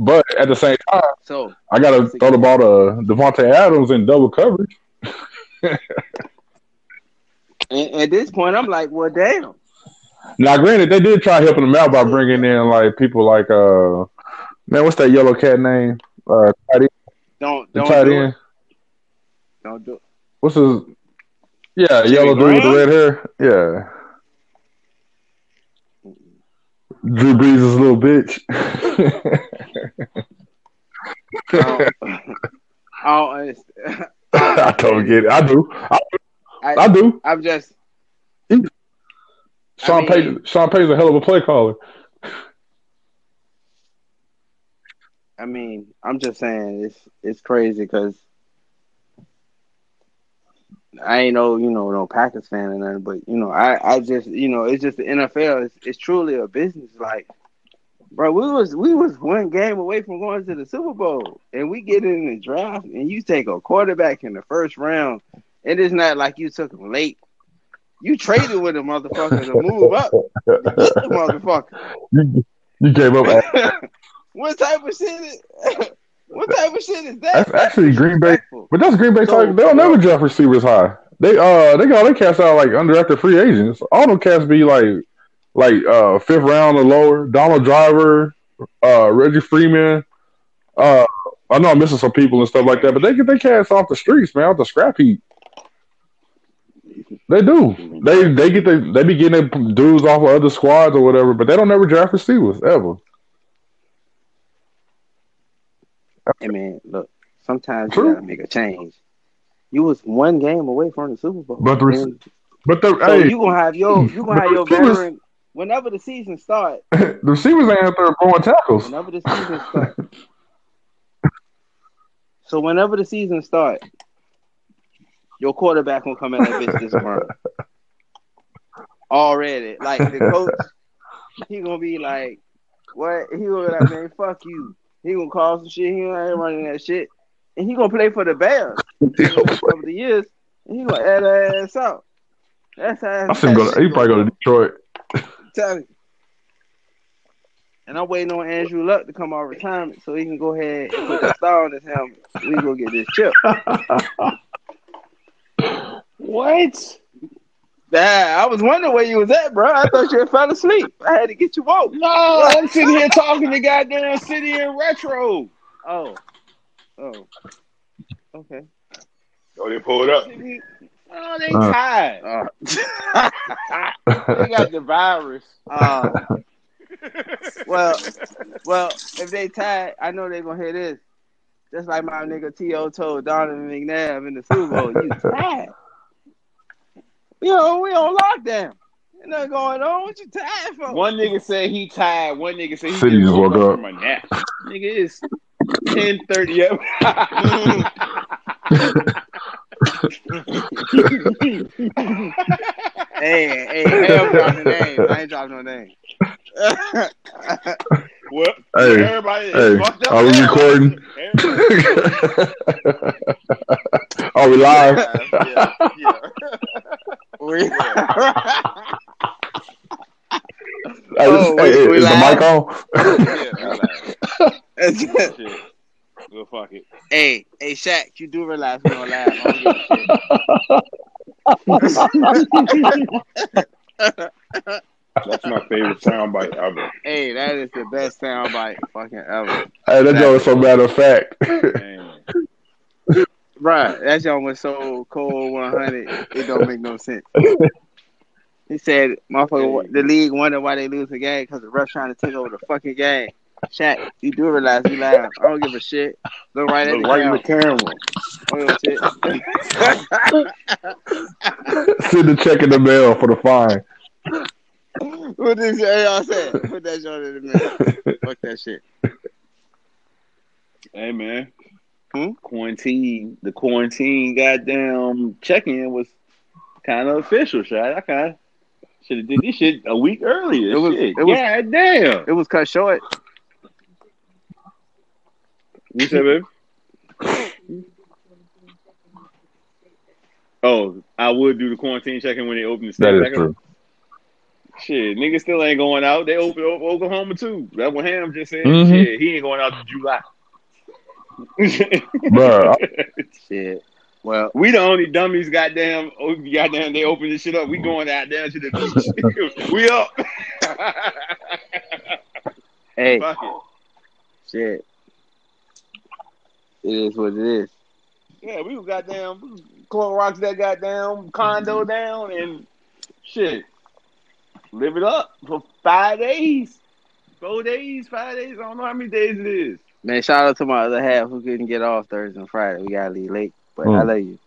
S2: But at the same time,
S3: So
S2: I gotta throw the ball to Devontae Adams in double coverage.
S3: and, at this point, I'm like, well, damn.
S2: Now, granted, they did try helping him out by bringing in like people like, uh, man, what's that yellow cat name? Uh, tight end,
S3: Don't
S2: the
S3: don't
S2: tight
S3: do
S2: end.
S3: it. Don't do it.
S2: What's his? Yeah, yellow dude with the red hair. Yeah. Drew Brees is a little bitch.
S3: I don't, I don't understand.
S2: I don't get it. I do. I,
S3: I,
S2: I do.
S3: I'm just
S2: Sean
S3: mean-
S2: Payton. Sean Payton's a hell of a play caller.
S3: I mean, I'm just saying it's it's crazy because I ain't no you know no Packers fan or nothing, but you know I I just you know it's just the NFL. It's, it's truly a business. Like, bro, we was we was one game away from going to the Super Bowl, and we get in the draft, and you take a quarterback in the first round, and it's not like you took him late. You traded with a motherfucker to move up to get the motherfucker.
S2: You, you gave up.
S3: what type of shit is what type of shit is that?
S2: That's actually Green Bay, but that's Green Bay.
S3: So-
S2: Titans. they don't never draft receivers high. They uh they got they cast out like undrafted free agents. All them cats be like like uh fifth round or lower. Donald Driver, uh Reggie Freeman. Uh, I know I'm missing some people and stuff like that, but they get they cast off the streets, man, off the scrap heap. They do. They they get they they be getting their dudes off of other squads or whatever, but they don't never draft receivers ever.
S3: Hey man, look, sometimes
S2: True.
S3: you gotta make a change. You was one game away from the Super Bowl.
S2: But the rec-
S3: And
S2: But the
S3: so
S2: hey,
S3: you gonna have your you gonna
S2: But
S3: have your
S2: receivers-
S3: veteran whenever the season starts,
S2: the receivers ain't out there throwing tackles.
S3: whenever the season starts. so whenever the season starts, your quarterback gonna come at that bitch this round. Already. Like the coach, he gonna be like, What? He gonna be like, man, fuck you. He gonna call some shit, he ain't running that shit. And he gonna play for the Bears over the years, and he gonna add that ass out. That's how
S2: I should go. To, he probably go to Detroit.
S3: Tell you. And I'm waiting on Andrew Luck to come out of retirement so he can go ahead and put the star on his helmet. We go get this chip.
S6: What?
S3: Nah, I was wondering where you was at, bro. I thought you had fell asleep. I had to get you woke.
S6: No, I'm sitting here talking to goddamn City in retro.
S3: Oh. Oh. Okay.
S4: Oh, they pulled up.
S6: Oh, they
S2: Uh.
S6: tied.
S3: Uh,
S6: They got the virus.
S3: uh, well, well, if they tied, I know they're gonna hear this. Just like my nigga T.O. told Donovan McNabb in the Super Bowl, you tied. You know, we on lockdown. Ain't Nothing going on. What you tied for?
S6: One nigga said he tied. One nigga said he
S2: City
S6: just
S2: just
S6: woke
S2: woke
S6: up
S2: up.
S6: from a nap. nigga is ten thirty up.
S3: Hey, hey, hey, I'm dropping names. I ain't dropping no names.
S4: Well,
S2: hey,
S4: everybody
S2: hey,
S4: fucked up.
S2: are we recording?
S4: Everybody-
S2: are we live?
S4: yeah, yeah.
S3: We-
S2: Hey,
S3: Oh,
S2: this- hey,
S3: we-
S2: hey,
S3: we
S2: is
S3: live?
S2: the mic on?
S4: yeah, yeah.
S6: Shit. Well, fuck it.
S3: hey, hey, Shaq, you do realize we don't laugh. I don't give a shit.
S4: That's my favorite soundbite ever.
S3: Hey, that is the best soundbite fucking ever.
S2: hey, that joke is so matter of fact.
S4: Man.
S3: Bruh, that y'all was so cold 100. It don't make no sense. He said, motherfucker, the league wonder why they lose the game because the refs trying to take over the fucking game. Shaq, you do realize you lying. I don't give a shit. Look right at
S6: Look
S3: the
S6: right in the
S3: camera.
S6: camera.
S3: I don't give a shit.
S2: Send a check in the mail for the fine.
S3: What did y'all say? Put that shit in the mail. Fuck that shit.
S4: Hey man,
S3: Hmm?
S4: quarantine. The quarantine goddamn check-in was kind of official, shot. I kind of should have did this shit a week earlier.
S3: It was-
S4: Shit.
S3: it was-
S4: God damn.
S3: It was cut short.
S4: You said, baby? oh, I would do the quarantine check-in when they open the state
S2: That
S4: back
S2: is
S4: up.
S2: true.
S4: Shit, niggas still ain't going out. They open over Oklahoma too. That what Ham just said.
S2: Mhm.
S4: Shit, he ain't going out to July.
S2: Bruh,
S3: Shit. Well,
S4: we the only dummies. Goddamn, oh, goddamn, they open this shit up.
S6: Mm-hmm.
S4: We going out down to the beach. we up.
S3: hey,
S4: Fuck it.
S3: shit. It is what it is.
S4: Yeah, we was goddamn Clorox that goddamn condo
S6: Mm-hmm.
S4: down and shit. Live it up for five days, four days, five days. I don't know how many days it is.
S3: Man, shout out to my other half who couldn't get off Thursday and Friday. We gotta leave late, but I
S2: Mm.
S3: love you.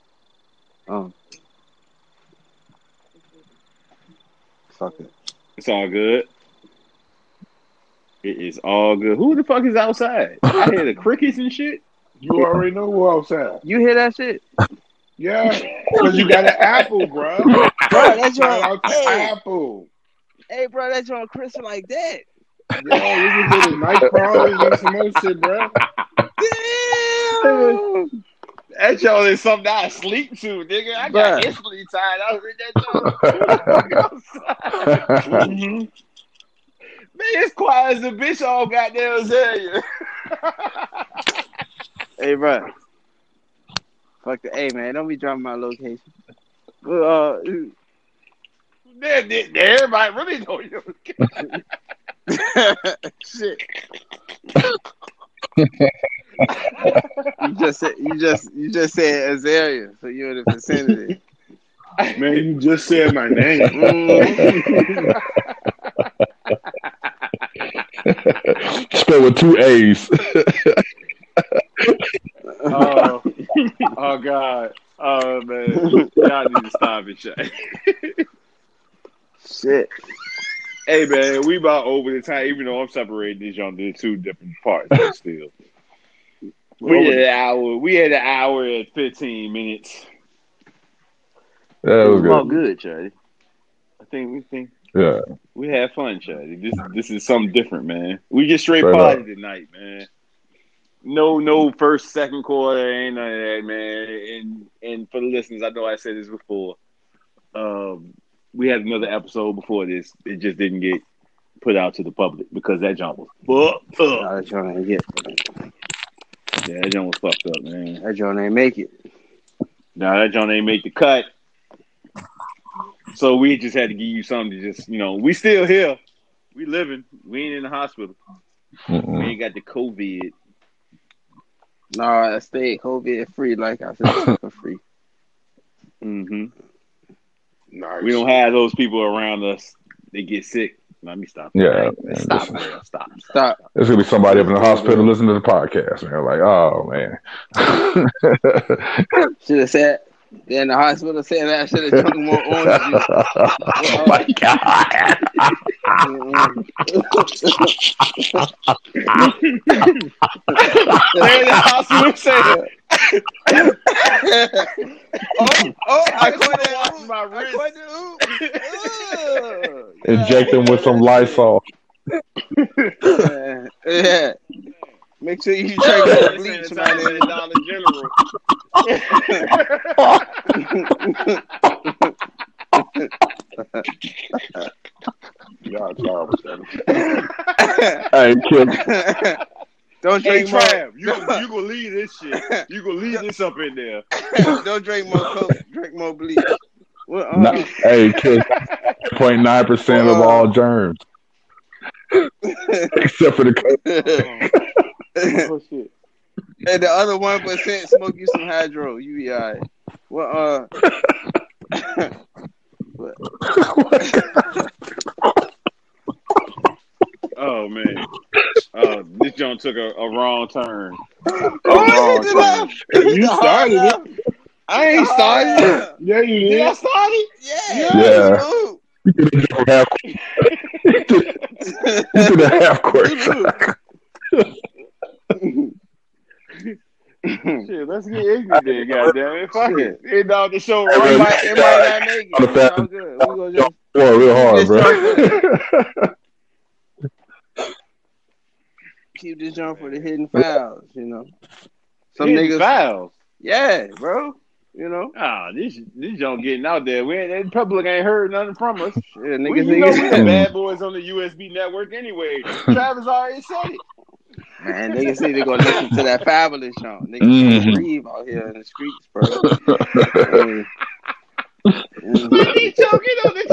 S3: Um, fuck it.
S4: It's all good. It is all good. Who the fuck is outside? I hear the crickets and shit.
S6: You already know who outside.
S3: You hear that shit,
S6: Yeah, because you got an apple, bro. Shout
S3: bro? That's your
S6: out to
S3: hey,
S6: Apple.
S3: hey, bro. That's your Christmas like that.
S6: Yeah, we can get a night crawlers and some more shit, bro.
S4: Damn. That y'all is something I sleep to, nigga. I got
S3: Bruh.
S4: instantly tired. I was in that joint. outside.
S6: Mm-hmm.
S4: Man, it's quiet as a bitch all goddamn azalea.
S3: Hey, bro. Fuck the. Hey, man. Don't be dropping my location. Well, uh,
S4: Damn, damn, everybody really know you.
S3: shit. you just said you just you just said Azalea, so you're in the vicinity.
S6: Man, you just said my name.
S3: Mm,
S2: Spelled with two A's.
S4: Oh, oh God. Oh man. Y'all need to stop it, Shay.
S3: shit.
S4: Hey man, we about over the time, even though I'm separating these young dudes two different parts but still. We had an hour. We had an hour and fifteen minutes.
S2: That was
S4: all
S2: good.
S4: good, Charlie. I think we think
S2: Yeah.
S4: we had fun, Charlie. This this is something different, man. We get straight
S2: Straight
S4: party tonight, man. No, no first, second quarter, ain't none of that, man. And and for the listeners, I know I said this before. Um, we had another episode before this. It just didn't get put out to the public because that jump was fucked up.
S3: Nah, that joint ain't get.
S4: Yeah, that jump was fucked up, man.
S3: That joint ain't make it.
S4: No, that John ain't make the cut. So we just had to give you something to just, you know, we still here. We living. We ain't in the hospital. We
S2: Mm-mm.
S4: ain't got the COVID.
S3: Nah, I stayed COVID free, like I said, for free.
S4: hmm
S6: Nice.
S4: We don't have those people around us. They get sick. Let me stop.
S2: Yeah.
S4: Stop. Stop. Stop.
S3: Stop.
S2: There's gonna be somebody up in the hospital listening to the podcast, man. Like, oh man.
S3: Should have said. Then the hospital said I should have drunk more orange juice.
S2: oh my god.
S3: Mm-mm.
S4: They in the hospital saying,
S3: oh, oh, I caught that.
S4: Watch my
S3: I
S4: wrist.
S3: caught the oop. Ugh.
S2: Inject them with some Lysol.
S3: Yeah. yeah. Make sure you drink that bleach,
S4: Sanitizer
S3: my
S4: at Dollar General.
S3: nigga.
S6: Y'all terrible, man.
S2: Hey, kid.
S3: don't
S4: Hey,
S3: drink more.
S4: Trav, you, you gonna leave this shit. You gonna leave this up in there.
S3: Don't drink more coke. Drink more bleach. Well, uh,
S2: Nah, hey, kid. 0.9 percent of all germs, except for the COVID.
S3: and
S4: Oh, shit.
S3: the other one percent smoke you some hydro. You be alright. Well, uh,
S4: Oh, man. Uh, this John took a, a wrong turn.
S6: Oh, you started it.
S3: I ain't started.
S6: Yeah, you
S3: Did I
S6: did.
S3: start it? Yeah.
S2: Yeah.
S3: dude.
S2: You did it from half court. you did it half court.
S4: Shit, let's get ignorant then, goddamn it. Fuck it. It dog the show
S2: Hey,
S4: right
S2: man,
S4: by
S2: you
S4: it
S2: got-
S4: might not make it. It's all good. We gonna just
S2: Well, real hard, bro.
S3: Keep this jump for the hidden fouls, you know. Some
S4: hit
S3: niggas,
S4: fouls.
S3: yeah, bro. You know,
S4: Ah, this this John getting out there. We ain't the public ain't heard nothing from us.
S3: yeah, niggas,
S4: We, you know we
S3: niggas,
S4: the bad boys on the USB network anyway. Travis already said it.
S3: man, niggas need to go listen to that fabulous song. Niggas
S2: Mhm.
S3: grieve out here in the streets, bro. I mean,
S4: Look, he choking on the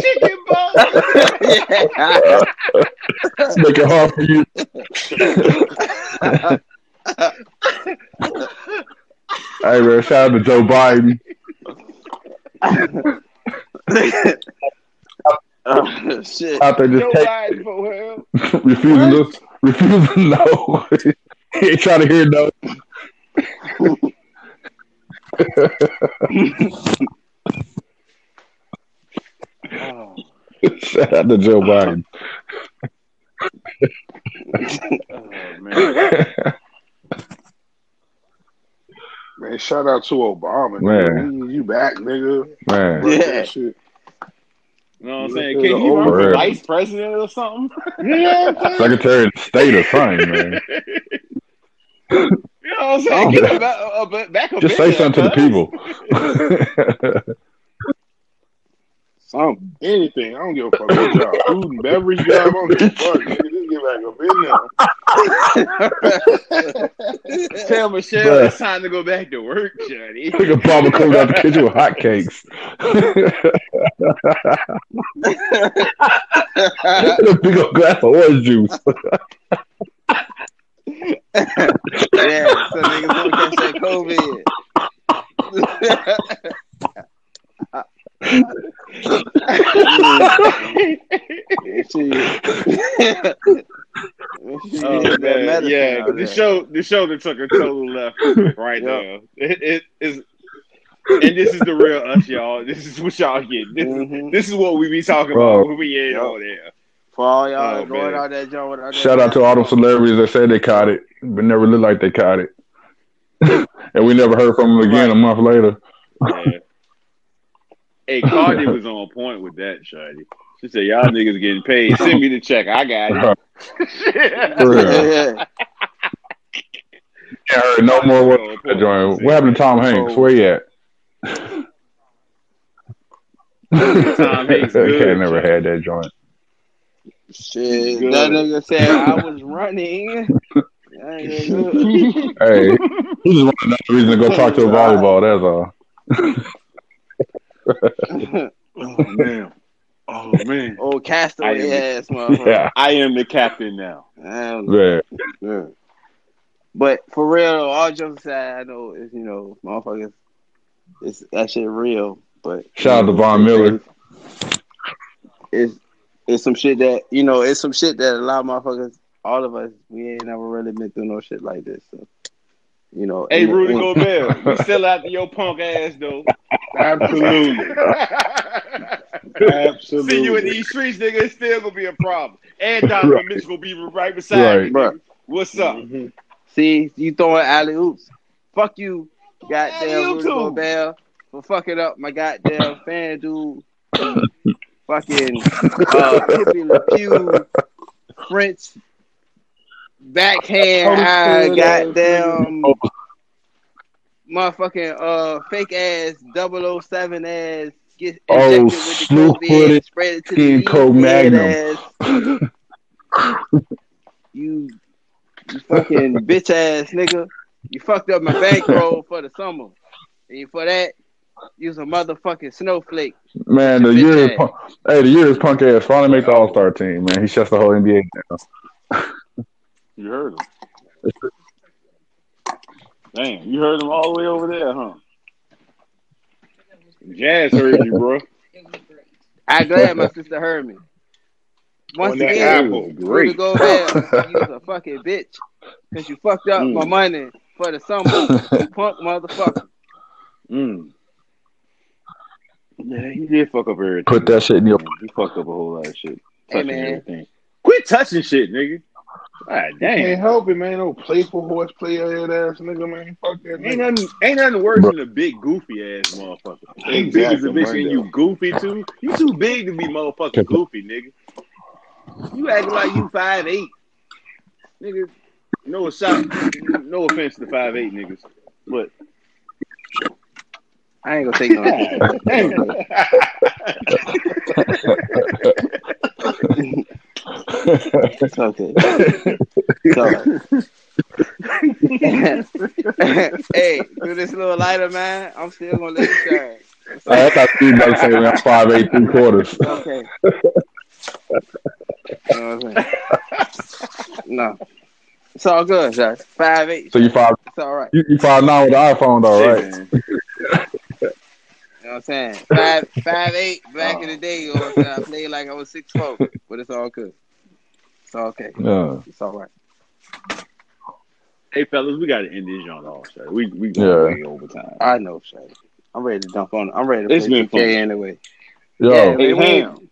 S4: chicken bone.
S3: yeah.
S2: Make it hard for you. hey, man, shout out to Joe Biden.
S3: Oh, shit.
S2: Out there just
S4: Joe
S2: taking-
S4: Biden for him.
S2: refusing to, refusing to know. he ain't trying to hear no.
S4: Oh,
S2: Shout out to Joe Biden.
S4: oh, man.
S6: Man, shout out to Obama.
S2: Man.
S6: Man. You back, nigga.
S2: Man,
S6: Fuck that
S3: Yeah.
S6: shit.
S4: You know what I'm
S6: You
S4: saying?
S6: feel
S4: Can
S6: the
S4: he run for
S2: overhead.
S4: vice president or something?
S2: Secretary of State or something, man.
S4: You know what I'm saying? Get him back, uh, back- back up
S2: Just
S4: in
S2: say
S4: there,
S2: something to the
S4: cuz.
S2: people.
S6: Some anything. I don't give a fuck what job. Food and beverage job. I don't give a fuck. Nigga, just get back up in there.
S4: Tell Michelle
S2: Bruh.
S4: it's time to go back to work, Johnny.
S2: Think of Obama coming out the kitchen with hotcakes. a big old glass of orange juice.
S3: Yeah, so niggas gonna catch that COVID.
S4: Oh,
S3: Shit.
S4: Oh,
S3: Yeah, that
S4: man.
S3: medicine
S4: Yeah,
S3: out
S4: the
S3: there.
S4: show the show that took a total left right
S3: Yeah.
S4: now. It, it is and this is the real us, y'all. This is what y'all get. This, is
S3: Mhm.
S4: this is what we be talking
S2: Bro.
S4: about when we ain't
S3: Yeah.
S4: on there.
S3: For all y'all
S4: Oh,
S3: going
S4: man.
S3: out that joint without that
S2: Shout out to all them
S3: mask
S2: celebrities that said they caught it, but never looked like they caught it. and we never heard from them again a month later.
S4: Yeah. hey, Cardi was on point with that, Shady. She said, Y'all niggas getting paid. Send me the check. I got it.
S2: For
S3: on.
S2: real.
S3: Yeah,
S2: Yeah, I heard no more what, that joint. what happened to Tom Hanks? Where he at?
S4: Tom Hanks good,
S2: Okay, I never had that joint.
S3: Shit,
S4: Good.
S3: that nigga said I was running. That nigga-
S2: Hey, he just wanted another reason to go talk to a volleyball. That's all.
S4: Oh man. Oh man.
S3: Old
S4: I
S3: castaway
S4: am-
S3: ass motherfucker.
S2: Yeah,
S4: I am the captain now.
S3: Um,
S2: man.
S3: Yeah. But for real, all jokes aside, I know it's you know, motherfuckers, it's that shit real. But
S2: Shout out to Von Miller.
S3: It's it's some shit that you know, it's some shit that a lot of motherfuckers, all of us, we ain't never really been through no shit like this. So you know,
S4: Hey
S3: and-
S4: Rudy
S3: and-
S4: Gobert, we still after your punk ass though.
S6: Absolutely. Absolutely.
S4: See you in these streets, nigga. It's still gonna be a problem. And Donovan
S2: Right.
S4: Mitchell gonna be right beside
S2: Right.
S4: you.
S3: Bruh.
S4: nigga. What's up?
S3: Mm-hmm.
S6: Mhm.
S3: See, you throwing alley oops. Fuck you, goddamn
S4: alley-oops
S3: Rudy
S4: who?
S3: Gobert for fucking up my goddamn fan dude. fucking uh, Tippy LePew French backhand high goddamn motherfucking uh fake ass 007 ass get
S2: Oh,
S3: injected with the COVID
S2: sleek-footed
S3: spread it to
S2: King
S3: the
S2: Cole
S3: lead
S2: Magnum.
S3: ass you you fucking bitch ass nigga. You fucked up my bankroll for the summer. And for that, you was a motherfucking snowflake.
S2: Man, the
S3: Bitch
S2: year
S3: ass.
S2: is punk, hey, the year is punk ass finally make the All Star team. Man, he shuts the whole NBA down.
S4: You heard him. Damn, you heard him all the way over there, huh? Jazz heard you, bro.
S3: I glad my sister heard me. Once
S1: On that
S3: again,
S1: apple.
S3: you
S6: Great.
S3: go there, you was a fucking bitch because you fucked up
S1: Mm.
S3: my money for the summer, you punk motherfucker.
S6: Mm. Yeah, he did fuck up everything.
S2: Put that shit in your.
S6: man. He fucked up a whole lot of shit.
S3: Hey,
S6: Touching
S3: man.
S6: everything. Quit touching shit, nigga. God
S1: Can't
S6: damn.
S1: help it, man. No playful horseplay head ass nigga, man. Fuck that
S4: Ain't
S1: nigga.
S4: nothing, ain't nothing worse
S2: Bro.
S4: than a big goofy ass motherfucker. You big as a
S1: Exactly,
S4: bitch and
S1: Mundo.
S4: you goofy too. You too big to be motherfucking goofy, nigga. You acting like you five eight, nigga. No shot. No offense to five eight niggas, but
S3: I ain't gonna take no.
S2: Uh,
S6: It's okay. It's all right.
S3: hey, do this little lighter, man. I'm still gonna let you shine.
S2: I thought you were about to say around five, eight, three quarters.
S3: Okay. You know what I'm saying? no, it's all good. Josh. Five eight,
S2: So you five,
S3: it's all right.
S2: you, you five nine with an iPhone though,
S4: Hey,
S2: right?
S4: man.
S3: You know what I'm saying? Five five eight back in the day, you know what I'm saying? I played like I was six four, but it's all good. It's all okay.
S2: Yeah,
S3: It's all right.
S4: hey fellas, we gotta end this on off. sir. We we
S2: Yeah.
S4: going way over time.
S3: I know, Shay. I'm ready to dump on. I'm ready to
S4: It's
S3: play
S4: been
S3: 2K
S4: fun.
S3: anyway.
S2: yo,
S3: Yeah.
S4: Hey
S3: we-
S4: Ham,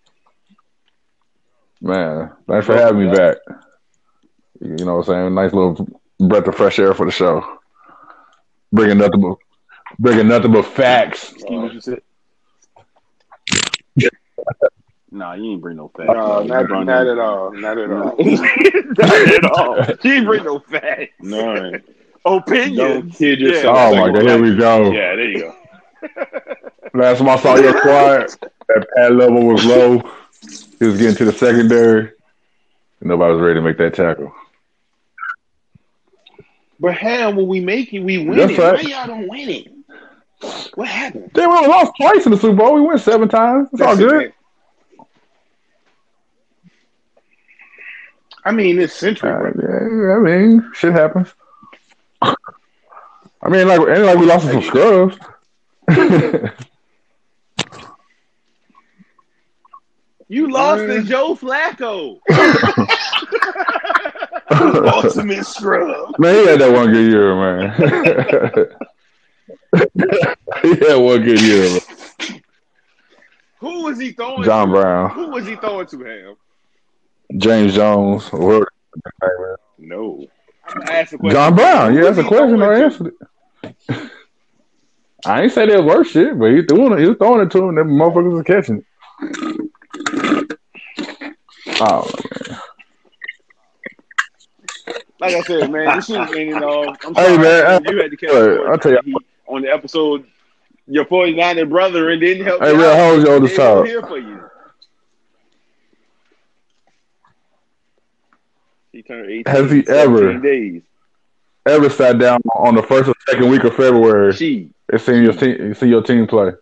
S2: man, thanks for having me back. You know what I'm saying? Nice little breath of fresh air for the show. Bringing nothing but, bringing nothing but facts.
S4: see what you said. Nah, you ain't bring no facts.
S1: No,
S4: You
S1: not,
S4: brought
S1: not
S4: no-
S1: at all. Not at all.
S4: not at all. She ain't bring no facts.
S1: None.
S4: Opinions.
S1: Don't kid
S4: Yeah.
S1: yourself.
S2: Oh my god, here we go.
S4: Yeah, there you go.
S2: Last time I saw your squad, that pad level was low. He was getting to the secondary. Nobody was ready to make that tackle.
S1: But hell, when we make it, we win
S2: That's
S1: it.
S2: right.
S1: Why y'all don't win it? What happened?
S2: Damn, we lost twice in the Super Bowl. We went seven times. It's all
S1: Listen,
S2: good.
S1: man. I mean, it's century,
S2: Uh,
S1: bro.
S2: yeah, I mean, shit happens. I mean, like, ain't like we lost to some scrubs.
S4: You lost
S1: Man.
S2: Uh,
S4: to Joe Flacco.
S2: man,
S1: Ultimate scrub.
S2: he had that one good year, man. he had one good year,
S4: Who was he throwing?
S2: John
S4: to?
S2: Brown,
S4: Who was he throwing to, Ham?
S2: James Jones. Lord.
S1: No.
S4: I'm gonna ask the question.
S2: John Brown.
S4: Who
S2: Yeah,
S4: was
S2: that's a
S4: he
S2: question. I
S4: throwing to?
S2: answered it. I ain't say that worth shit, but he doing it. He was throwing it to him. Them motherfuckers was catching it. Oh,
S4: Like I said, man, this shit ain't ending off. I'm sorry,
S2: Hey, man,
S4: You had to catch
S2: hey,
S4: the
S2: I'll tell you-
S4: he- on the episode. Your 49er brother and didn't help
S2: Hey,
S4: you.
S2: Real,
S4: out.
S2: how old your oldest
S4: They were
S2: child?
S4: Here for you. He turned 18.
S2: Has he ever-
S4: 17 Days.
S2: ever sat down on the first or second week of February
S4: She.
S2: and seen your team, see your team play.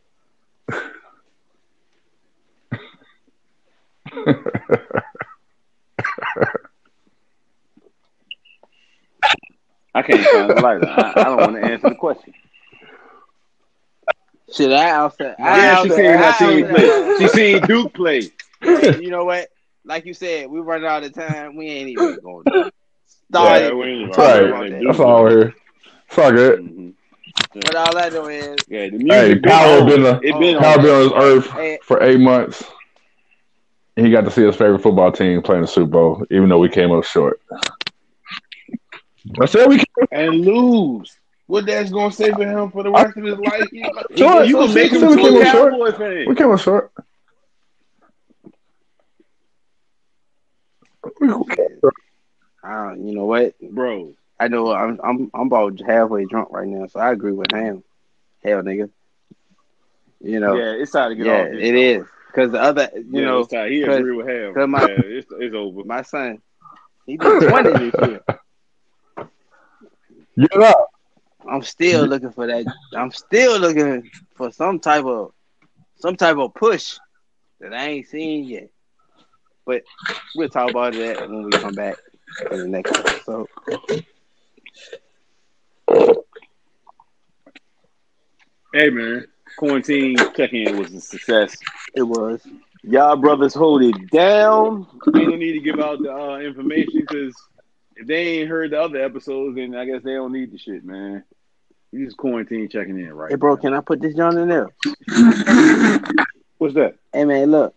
S6: I can't find the lighter. I, I don't want to answer the question.
S3: Shit, I outside. I
S4: Yeah, she
S3: outside-
S4: seen
S3: I
S4: her team
S3: outside-
S4: play. She seen Duke play.
S3: And you know what? Like you said, we run out of time. We ain't even going to start
S1: Yeah,
S3: it.
S1: we ain't
S2: Right.
S1: right.
S2: That's all here. It's all good.
S4: Mhm.
S3: But all I know is,
S4: Yeah,
S2: Hey,
S4: the music been
S2: Powell
S4: on.
S2: been a,
S4: It been
S2: Powell
S4: on.
S2: been on this earth
S3: hey,
S2: for eight months. He got to see his favorite football team playing the Super Bowl, even though we came up short. I said we came
S1: And lose. What that's going to say for him for the rest of his life? He-
S2: short.
S4: You can make him
S2: I said we
S4: to
S2: came
S4: a
S2: up short.
S4: Cowboy fan.
S2: We came up short. We-
S3: I don't, you know what?
S4: Bro,
S3: I know I'm I'm I'm about halfway drunk right now, so I agree with him. Hell, nigga. You know, yeah,
S4: yeah, it's time to get off.
S3: it is because the other, you
S4: You know,
S3: know,
S4: it's time. he
S3: cause-
S4: agree with him.
S3: cause my-
S4: yeah, it's, it's over.
S3: my son, he been twenty this year.
S2: Get up.
S3: I'm still looking for that. I'm still looking for some type of some type of push that I ain't seen yet. But we'll talk about that when we come back in the next episode.
S4: Hey man, quarantine check in was a success.
S3: It was
S4: Y'all brothers hold it down.
S6: They don't need to give out the uh, information because
S4: If they ain't heard the other episodes, then I guess they don't need the shit, man. You just quarantine checking in, right?
S3: Hey, bro, can I put this John in there?
S4: What's that?
S3: Hey, man, look.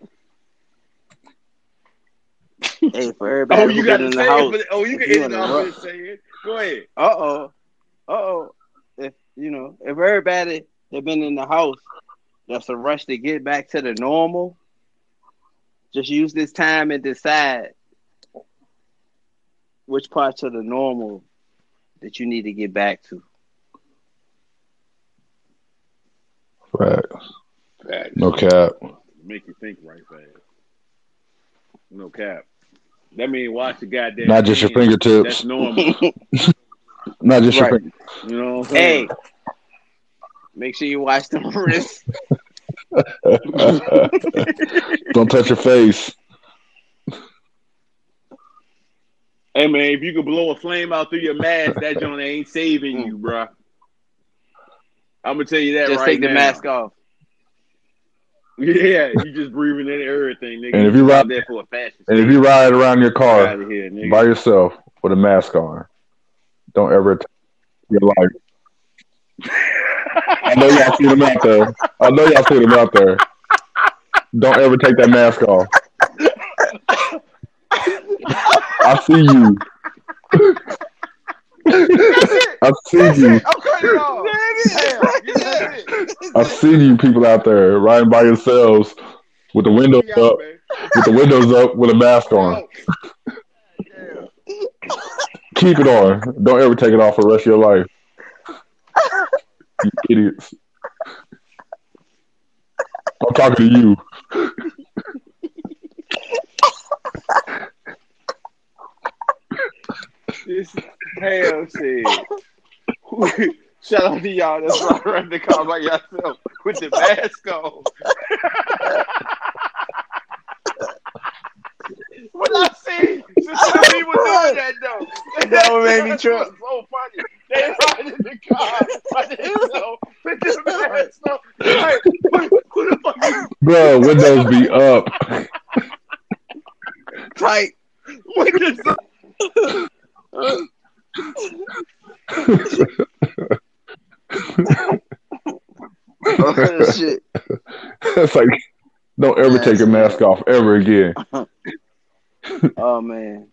S3: hey, for everybody
S6: oh
S3: who
S6: you
S3: been
S6: got to
S3: in
S6: say
S3: the
S6: it,
S3: house.
S6: but, oh you
S3: You
S6: can hit it
S3: wanna
S6: off
S3: run.
S6: and say it. Go ahead.
S3: Uh oh. Uh oh. If you know, if everybody that been in the house that's a rush to get back to the normal, just use this time and decide which parts of the normal that you need to get back to.
S2: Right.
S9: Facts.
S2: No cap.
S4: Make you think right fast. No cap. That mean watch the goddamn.
S2: Not just your
S4: hands. That's
S2: fingertips.
S4: normal.
S2: Not just your
S3: Right.
S2: fingers.
S4: You know what I'm saying?
S3: Hey, make sure you watch them wrists.
S2: Don't touch your face.
S4: Hey, man, if you could blow a flame out through your mask, that joint ain't saving you, bruh. I'm gonna tell you that
S3: Just
S4: right
S3: take the
S4: now.
S3: mask off.
S4: Yeah, you just breathing in everything, nigga.
S2: And if you
S4: You're
S2: ride-
S4: out there for a fashion,
S2: And if you ride around your
S4: out
S2: car
S4: of here, nigga.
S2: by yourself with a mask on, don't ever attack your life. I know y'all see them out there. I know y'all see them out there. Don't ever take that mask off. I see you. I see you. I see you people out there riding by yourselves with the windows up, with the windows up, with a mask on. Keep it on. Don't ever take it off for the rest of your life. You idiots. I'm talking to you.
S4: This hell shit. Shout out to y'all that's not running the car by yourself with the mask on. when I see some people doing that though,
S3: That would make me trip.
S4: So funny. They riding the car by themselves with the mask on. Like, what, who the fuck you?
S2: Bro, windows be up.
S3: Tight.
S4: What is up?
S3: shit.
S2: it's like, don't ever take your mask off ever again.
S3: Oh man.